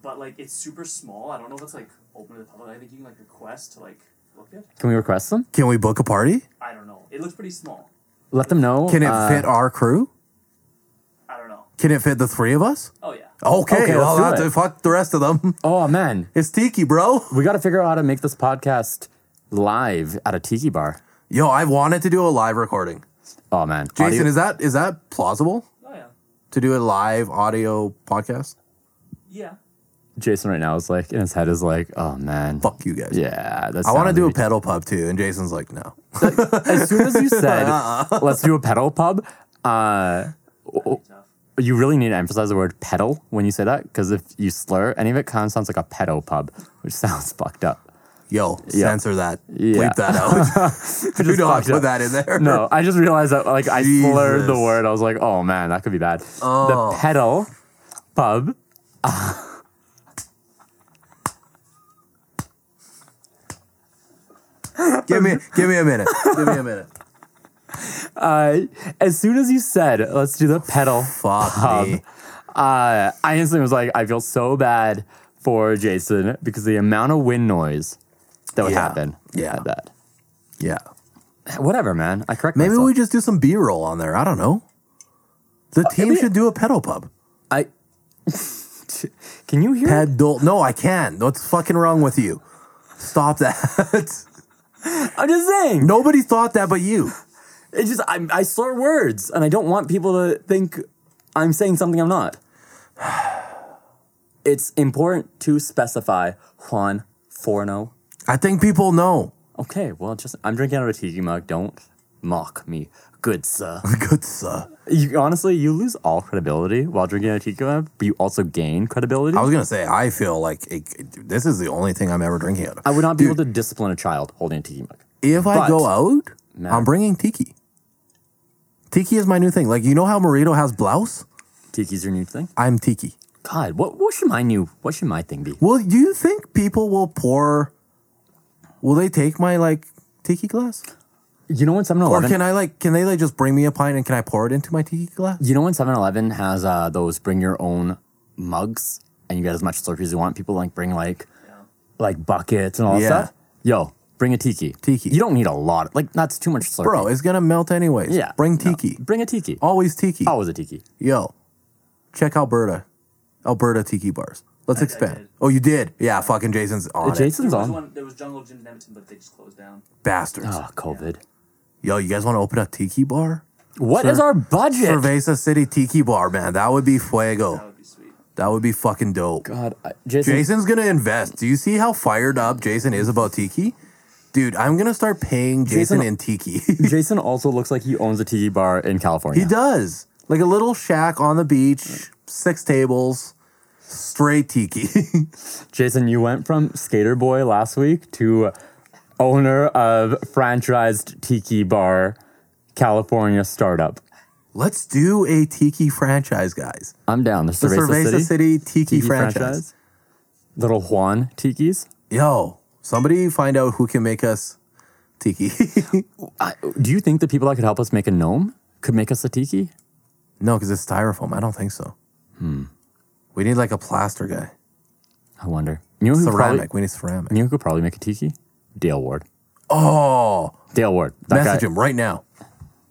[SPEAKER 3] but like it's super small. I don't know if it's like open to the public. I think you can like request to like look it.
[SPEAKER 2] Can we request them?
[SPEAKER 1] Can we book a party?
[SPEAKER 3] I don't know. It looks pretty small.
[SPEAKER 2] Let them know.
[SPEAKER 1] Can it
[SPEAKER 2] uh,
[SPEAKER 1] fit our crew?
[SPEAKER 3] I don't know.
[SPEAKER 1] Can it fit the three of us?
[SPEAKER 3] Oh yeah.
[SPEAKER 1] Okay,
[SPEAKER 2] Okay,
[SPEAKER 1] well,
[SPEAKER 2] let's do
[SPEAKER 1] that's-
[SPEAKER 2] it.
[SPEAKER 1] fuck the rest of them.
[SPEAKER 2] Oh man,
[SPEAKER 1] It's tiki, bro.
[SPEAKER 2] we got to figure out how to make this podcast live at a tiki bar.
[SPEAKER 1] Yo, I wanted to do a live recording.
[SPEAKER 2] Oh man,
[SPEAKER 1] Jason,
[SPEAKER 2] Audio-
[SPEAKER 1] is that is that plausible
[SPEAKER 3] Oh yeah.
[SPEAKER 1] to do a live audio podcast?
[SPEAKER 3] Yeah.
[SPEAKER 2] Jason right now is like in his head is like, oh man,
[SPEAKER 1] Fuck you guys.
[SPEAKER 2] yeah. That's
[SPEAKER 1] I want to do a pedal pub too, and Jason's like, no.
[SPEAKER 2] as soon as you said,
[SPEAKER 1] Uh-uh.
[SPEAKER 2] let's do a pedal pub. Uh,
[SPEAKER 3] Tough.
[SPEAKER 2] you really need to emphasize the word pedal when you say that because if you slur, any of it kind of sounds like a pedo pub, which sounds fucked up.
[SPEAKER 1] Yo,
[SPEAKER 2] Yeah.
[SPEAKER 1] censor that.
[SPEAKER 2] Yeah.
[SPEAKER 1] Bleep that out. you
[SPEAKER 2] Just
[SPEAKER 1] don't
[SPEAKER 2] fucked
[SPEAKER 1] put
[SPEAKER 2] up.
[SPEAKER 1] that in there.
[SPEAKER 2] No, I just realized that like I slurred the
[SPEAKER 1] Jesus.
[SPEAKER 2] word. I was like, oh man, that could be bad.
[SPEAKER 1] Oh.
[SPEAKER 2] The pedal pub.
[SPEAKER 1] Give me give me a minute. Give me a minute.
[SPEAKER 2] Uh, as soon as you said, let's do the pedal
[SPEAKER 1] Fuck me.
[SPEAKER 2] uh, I instantly was like, I feel so bad for Jason because the amount of wind noise that would
[SPEAKER 1] Yeah.
[SPEAKER 2] happen.
[SPEAKER 1] Yeah.
[SPEAKER 2] at that.
[SPEAKER 1] Yeah.
[SPEAKER 2] Whatever, man. I correct
[SPEAKER 1] Maybe
[SPEAKER 2] myself.
[SPEAKER 1] we just do some B roll on there. I don't know. The team
[SPEAKER 2] we-
[SPEAKER 1] should do a pedal pub.
[SPEAKER 2] I can you hear?
[SPEAKER 1] Pedal. No, I can. What's fucking wrong with you? Stop that.
[SPEAKER 2] I'm just saying.
[SPEAKER 1] Nobody thought that but you.
[SPEAKER 2] It's just I, I slur words, and I don't want people to think I'm saying something I'm not. It's important to specify Juan Forno.
[SPEAKER 1] I think people know.
[SPEAKER 2] Okay, well, just I'm drinking out of a tiki mug. Don't mock me, good sir.
[SPEAKER 1] Good sir.
[SPEAKER 2] You, honestly, you lose all credibility while drinking out of a tiki mug, but you also gain credibility.
[SPEAKER 1] I
[SPEAKER 2] I,
[SPEAKER 1] was gonna say I feel like it, this is the only thing I'm ever drinking out of.
[SPEAKER 2] would not be
[SPEAKER 1] Dude.
[SPEAKER 2] able to discipline a child holding a tiki mug.
[SPEAKER 1] If I
[SPEAKER 2] But-
[SPEAKER 1] go out,
[SPEAKER 2] No.
[SPEAKER 1] I'm bringing tiki. Tiki is my new thing. Like you know how Morito has blouse?
[SPEAKER 2] Tiki's your new thing.
[SPEAKER 1] I'm tiki.
[SPEAKER 2] God, what what should my new what should my thing be?
[SPEAKER 1] Well, do you think people will pour? Will they take my like tiki glass,
[SPEAKER 2] You know when Seven
[SPEAKER 1] or
[SPEAKER 2] Eleven
[SPEAKER 1] can I like can they like just bring me a pint and can I pour it into my tiki glass?
[SPEAKER 2] You know when 7-Eleven has uh, those bring your own mugs and you get as much slurpee as you want? People like bring like
[SPEAKER 3] Yeah.
[SPEAKER 2] like buckets and all that
[SPEAKER 1] Yeah.
[SPEAKER 2] stuff. Yo, bring a tiki.
[SPEAKER 1] Tiki.
[SPEAKER 2] You don't need a lot. Like that's too much slurpee.
[SPEAKER 1] Bro, Oh. it's gonna melt anyways.
[SPEAKER 2] Yeah.
[SPEAKER 1] bring
[SPEAKER 2] no. Oh.
[SPEAKER 1] tiki.
[SPEAKER 2] Bring a tiki.
[SPEAKER 1] Always tiki.
[SPEAKER 2] Always a tiki.
[SPEAKER 1] Yo, check Alberta, Alberta tiki bars. Let's
[SPEAKER 3] I
[SPEAKER 1] expand.
[SPEAKER 3] did.
[SPEAKER 1] oh, you did? Yeah, fucking Jason's on it,
[SPEAKER 2] Jason's
[SPEAKER 3] There was
[SPEAKER 2] on.
[SPEAKER 3] one. There was Jungle Jim's in Edmonton, but they just closed down.
[SPEAKER 1] bastards.
[SPEAKER 2] Oh, COVID.
[SPEAKER 1] Yo, you guys want to open a tiki bar?
[SPEAKER 2] What is our budget?
[SPEAKER 1] Cerveza City Tiki Bar, man. That would be
[SPEAKER 3] That
[SPEAKER 1] fuego.
[SPEAKER 3] would be sweet.
[SPEAKER 1] That would be fucking dope.
[SPEAKER 2] God, I, Jason.
[SPEAKER 1] Jason's gonna invest. Do you see how fired up Jason is about tiki? Dude, I'm gonna start paying Jason,
[SPEAKER 2] Jason-
[SPEAKER 1] in tiki.
[SPEAKER 2] Jason also looks like he owns a tiki bar in California.
[SPEAKER 1] he does. Like a little shack on the beach, six tables, straight tiki.
[SPEAKER 2] Jason, you went from skater boy last week to owner of franchised tiki bar, California startup.
[SPEAKER 1] Let's do a tiki franchise, guys.
[SPEAKER 2] I'm down. The
[SPEAKER 1] The
[SPEAKER 2] Cerveza,
[SPEAKER 1] Cerveza
[SPEAKER 2] City,
[SPEAKER 1] City, tiki,
[SPEAKER 2] Tiki
[SPEAKER 1] franchise.
[SPEAKER 2] Little Juan Tikis.
[SPEAKER 1] Yo, somebody find out who can make us tiki.
[SPEAKER 2] I, do you think the people that could help us make a gnome could make us a tiki?
[SPEAKER 1] no, because it's styrofoam. I don't think so. Hmm. We need like a plaster guy.
[SPEAKER 2] I wonder. You know who
[SPEAKER 1] Ceramic.
[SPEAKER 2] Hmm, Probably,
[SPEAKER 1] we need ceramic.
[SPEAKER 2] you know who could probably make a tiki? Dale Ward.
[SPEAKER 1] Oh,
[SPEAKER 2] Dale Ward. That
[SPEAKER 1] message
[SPEAKER 2] guy.
[SPEAKER 1] him right now.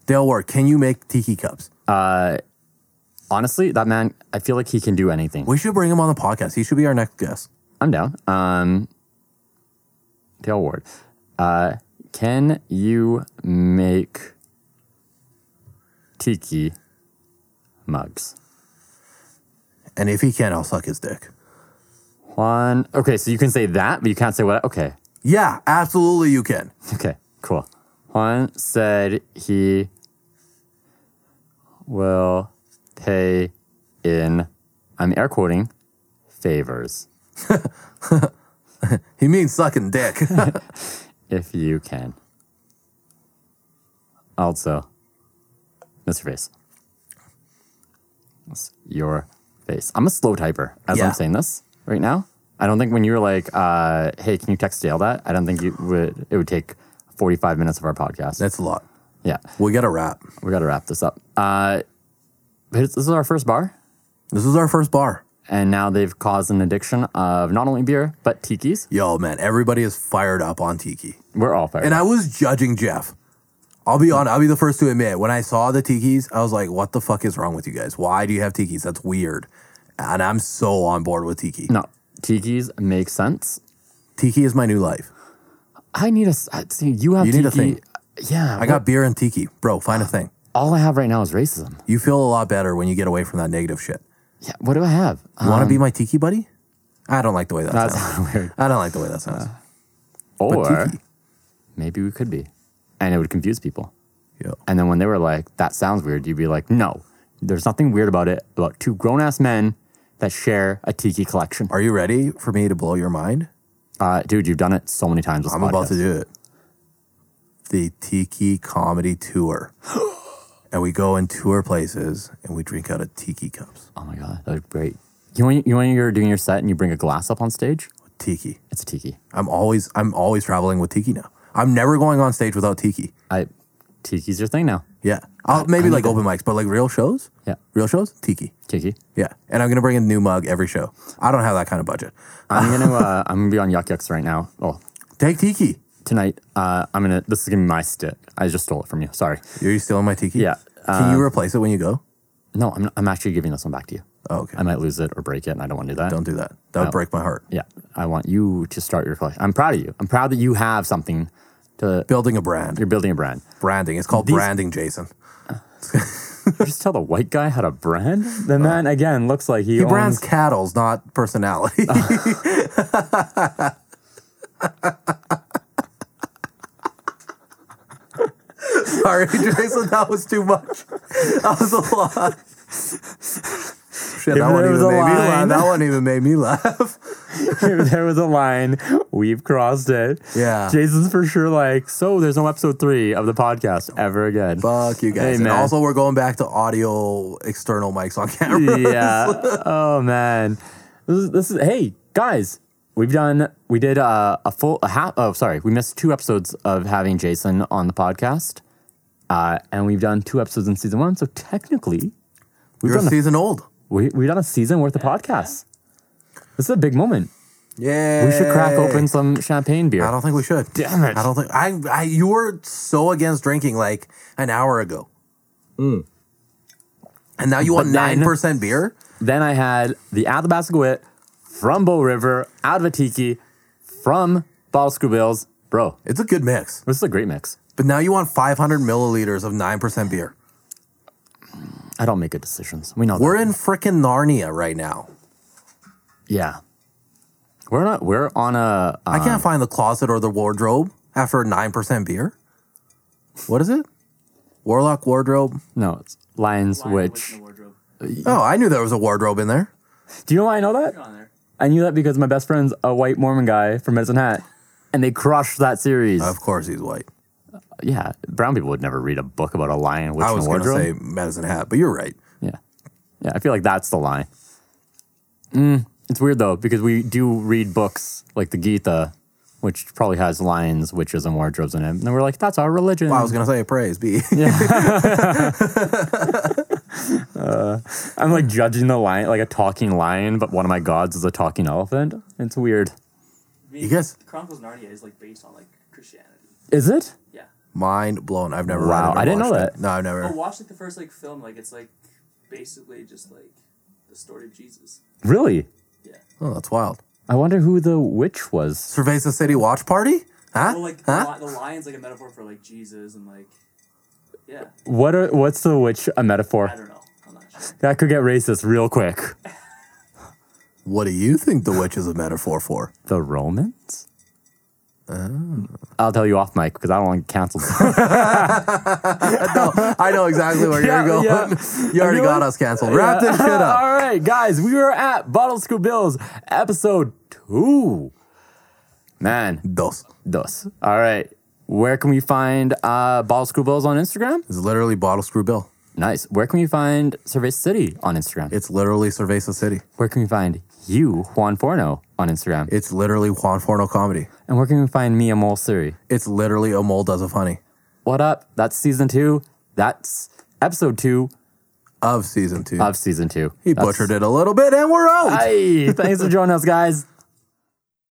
[SPEAKER 1] Dale Ward, can you make tiki cups?
[SPEAKER 2] Honestly, that man. I feel like he can do anything.
[SPEAKER 1] We should bring him on the podcast. He should be our next guest.
[SPEAKER 2] I'm down. Um, Dale Ward. Uh, can you make tiki mugs?
[SPEAKER 1] And if he can, I'll suck his dick.
[SPEAKER 2] Juan. Okay, so you can say that, but you can't say what. Okay.
[SPEAKER 1] Yeah, absolutely you can.
[SPEAKER 2] Okay, cool. Juan said he will pay in, I'm air quoting, favors.
[SPEAKER 1] He means sucking dick.
[SPEAKER 2] if you can. Also, Mr. Face. It's your face. I'm a slow typer as
[SPEAKER 1] Yeah.
[SPEAKER 2] I'm saying this right now. I don't think when you were like, uh, hey, can you text Dale that? I don't think you would, it would take 45 minutes of our podcast.
[SPEAKER 1] That's a lot.
[SPEAKER 2] yeah.
[SPEAKER 1] We got a wrap.
[SPEAKER 2] We got to wrap this up. Uh, but it's- this is our first bar.
[SPEAKER 1] This is our first bar.
[SPEAKER 2] And now they've caused an addiction of not only beer, but tikis.
[SPEAKER 1] Yo, man, everybody is fired up on Tiki.
[SPEAKER 2] We're all fired.
[SPEAKER 1] And I was judging Jeff. I'll be on. I'll be the first to admit. When I saw the tikis, I was like, "What the fuck is wrong with you guys? Why do you have tikis? That's weird." And I'm so on board with tiki.
[SPEAKER 2] no, tikis make sense.
[SPEAKER 1] Tiki is my new life.
[SPEAKER 2] I need a s- I- see. You have
[SPEAKER 1] You
[SPEAKER 2] tiki.
[SPEAKER 1] need a thing.
[SPEAKER 2] Yeah,
[SPEAKER 1] I got beer and tiki, bro. Find a thing.
[SPEAKER 2] all I have right now is racism.
[SPEAKER 1] You feel a lot better when you get away from that negative shit.
[SPEAKER 2] Yeah, what do I have? Uh,
[SPEAKER 1] You want to be my tiki buddy? I don't like the way that
[SPEAKER 2] Um, That's
[SPEAKER 1] sounds.
[SPEAKER 2] weird. Uh,
[SPEAKER 1] I don't like the way that sounds.
[SPEAKER 2] Or
[SPEAKER 1] tiki.
[SPEAKER 2] maybe we could be, and it would confuse people.
[SPEAKER 1] Yo.
[SPEAKER 2] And then when they were like, "That sounds weird," you'd be like, "No, there's nothing weird about it." About two grown ass men that share a tiki collection.
[SPEAKER 1] Are you ready for me to blow your mind?
[SPEAKER 2] Uh, dude, you've done it so many times. This
[SPEAKER 1] I'm about to
[SPEAKER 2] podcast.
[SPEAKER 1] do it. The Tiki Comedy Tour. and we go and tour places and we drink out of tiki cups.
[SPEAKER 2] Oh my god, that's great. You know, when- you know when you're doing your set and you bring a glass up on stage,
[SPEAKER 1] Tiki.
[SPEAKER 2] it's a tiki.
[SPEAKER 1] I'm always I'm always traveling with tiki now. I'm never going on stage without tiki.
[SPEAKER 2] I tiki's your thing now.
[SPEAKER 1] Yeah. I'll maybe like open mics, but like real shows?
[SPEAKER 2] Yeah.
[SPEAKER 1] Real shows? Tiki.
[SPEAKER 2] Tiki.
[SPEAKER 1] Yeah. And I'm gonna bring a new mug every show. I don't have that kind of budget.
[SPEAKER 2] I'm gonna uh, I'm gonna be on Yuck Yucks right now. Well,
[SPEAKER 1] Take tiki.
[SPEAKER 2] tonight uh, I'm gonna. This is gonna be my stick. I just stole it from you. Sorry.
[SPEAKER 1] Are you stealing my tiki?
[SPEAKER 2] Yeah. uh,
[SPEAKER 1] Can you replace it when you go?
[SPEAKER 2] No, I'm I'm actually giving this one back to you.
[SPEAKER 1] Oh, okay.
[SPEAKER 2] I might lose it or break it, and I don't want to do that.
[SPEAKER 1] Don't do that. That would
[SPEAKER 2] No.
[SPEAKER 1] break my heart.
[SPEAKER 2] Yeah, I want you to start your collection. I'm proud of you. I'm proud that you have something to.
[SPEAKER 1] Building a brand.
[SPEAKER 2] You're building a brand.
[SPEAKER 1] Branding. It's called
[SPEAKER 2] These-
[SPEAKER 1] branding, Jason.
[SPEAKER 2] You just tell the white guy how to brand. The man again looks like he,
[SPEAKER 1] Uh, He
[SPEAKER 2] owns-
[SPEAKER 1] brands cattle's, not personality. Sorry, Jason, that was too much. That was a lot. Shit,
[SPEAKER 2] If
[SPEAKER 1] that one
[SPEAKER 2] there
[SPEAKER 1] even
[SPEAKER 2] was
[SPEAKER 1] made
[SPEAKER 2] a
[SPEAKER 1] me laugh.
[SPEAKER 2] line.
[SPEAKER 1] That one even made me laugh.
[SPEAKER 2] there was a line. We've crossed it.
[SPEAKER 1] Yeah.
[SPEAKER 2] Jason's for sure like, so there's no episode three of the podcast ever again.
[SPEAKER 1] Fuck you guys.
[SPEAKER 2] Hey,
[SPEAKER 1] and
[SPEAKER 2] man.
[SPEAKER 1] also, we're going back to audio external mics on camera.
[SPEAKER 2] yeah. Oh man. This is, this is hey guys. We've done. We did uh, a full a half. Oh, sorry. We missed two episodes of having Jason on the podcast, uh, and we've done two episodes in season one. So technically, we've
[SPEAKER 1] You're a
[SPEAKER 2] done a,
[SPEAKER 1] season old.
[SPEAKER 2] we, we've done a season worth of podcasts. This is a big moment.
[SPEAKER 1] Yeah.
[SPEAKER 2] We should crack open some champagne beer.
[SPEAKER 1] I don't think we should.
[SPEAKER 2] Damn it.
[SPEAKER 1] I don't think I. I you were so against drinking like an hour ago, Hmm. and now you want
[SPEAKER 2] then-
[SPEAKER 1] nine percent beer.
[SPEAKER 2] Then I had the Athabasquit from Bow River, out of a tiki, from Ball Screw Bills. Bro,
[SPEAKER 1] It's a good mix,
[SPEAKER 2] this is a great mix.
[SPEAKER 1] but now you want five hundred milliliters of nine percent beer.
[SPEAKER 2] I don't make good decisions. We know that.
[SPEAKER 1] We're in frickin' Narnia right now.
[SPEAKER 2] Yeah. We're not we're on a uh,
[SPEAKER 1] I can't find the closet or the wardrobe after nine percent beer. What is it? Warlock wardrobe.
[SPEAKER 2] no, it's Lions
[SPEAKER 3] Lion
[SPEAKER 2] Witch.
[SPEAKER 3] in the wardrobe.
[SPEAKER 1] Oh, I knew there was a wardrobe in there.
[SPEAKER 2] Do you know why I know
[SPEAKER 3] You're
[SPEAKER 2] that?
[SPEAKER 3] on there.
[SPEAKER 2] I knew that because my best friend's a white Mormon guy from Medicine Hat. And they crushed that series.
[SPEAKER 1] Of course, he's white.
[SPEAKER 2] yeah. Brown people would never read a book about a lion witch
[SPEAKER 1] I
[SPEAKER 2] in a
[SPEAKER 1] was going to
[SPEAKER 2] wardrobe.
[SPEAKER 1] say medicine hat, but you're right.
[SPEAKER 2] yeah. Yeah, I feel like that's the line. Mm, it's weird though, because we do read books like the Gita, which probably has lions, witches, and wardrobes in it. And we're like, that's our religion.
[SPEAKER 1] I was going to say praise be.
[SPEAKER 2] I'm like judging the lion, like a talking lion, but one of my gods is a talking elephant. It's weird.
[SPEAKER 3] I mean,
[SPEAKER 1] You guess-
[SPEAKER 3] Chronicles of Narnia is like based on like Christianity.
[SPEAKER 2] Is it?
[SPEAKER 3] Yeah.
[SPEAKER 1] Mind blown. I've never. read
[SPEAKER 2] Wow,
[SPEAKER 1] it or
[SPEAKER 2] I didn't know
[SPEAKER 1] watched it.
[SPEAKER 2] that.
[SPEAKER 1] No, I've never.
[SPEAKER 3] But watch like the first like film, like it's like basically just like the story of Jesus.
[SPEAKER 2] Really?
[SPEAKER 3] Yeah.
[SPEAKER 1] Oh, that's wild.
[SPEAKER 2] I wonder who the witch was.
[SPEAKER 1] Surveys the city watch party? Huh?
[SPEAKER 3] Well, like
[SPEAKER 1] huh?
[SPEAKER 3] the, li- the lion's like a metaphor for like Jesus and like, yeah,
[SPEAKER 2] What are, what's the witch a
[SPEAKER 3] I
[SPEAKER 2] metaphor?
[SPEAKER 3] don't know. I'm not sure.
[SPEAKER 2] That could get racist real quick.
[SPEAKER 1] What do you think the witch is a metaphor for?
[SPEAKER 2] The Romans?
[SPEAKER 1] Oh.
[SPEAKER 2] I'll tell you off mic because I don't want to get canceled.
[SPEAKER 1] I know exactly where
[SPEAKER 2] Yeah,
[SPEAKER 1] you're going.
[SPEAKER 2] yeah.
[SPEAKER 1] You already got
[SPEAKER 2] Everyone-
[SPEAKER 1] us canceled. Wrap this shit up.
[SPEAKER 2] All right, guys, we are at Bottle Screw Bills episode two. Man,
[SPEAKER 1] Dos.
[SPEAKER 2] dos. All right, where can we find uh, Bottle Screw Bills on Instagram?
[SPEAKER 1] It's literally bottle screw bill.
[SPEAKER 2] Nice. Where can we find Survey City on Instagram?
[SPEAKER 1] It's literally Cerveza City.
[SPEAKER 2] Where can we find you, Juan Forno, on Instagram?
[SPEAKER 1] It's literally Juan Forno comedy.
[SPEAKER 2] And where can we find me, Amol Suri?
[SPEAKER 1] It's literally a mole does a funny
[SPEAKER 2] What up? That's season two. That's episode two
[SPEAKER 1] of season two.
[SPEAKER 2] of season two.
[SPEAKER 1] he
[SPEAKER 2] Uh, That's-
[SPEAKER 1] butchered it a little bit, and we're out.
[SPEAKER 2] Hey, thanks for joining us, guys.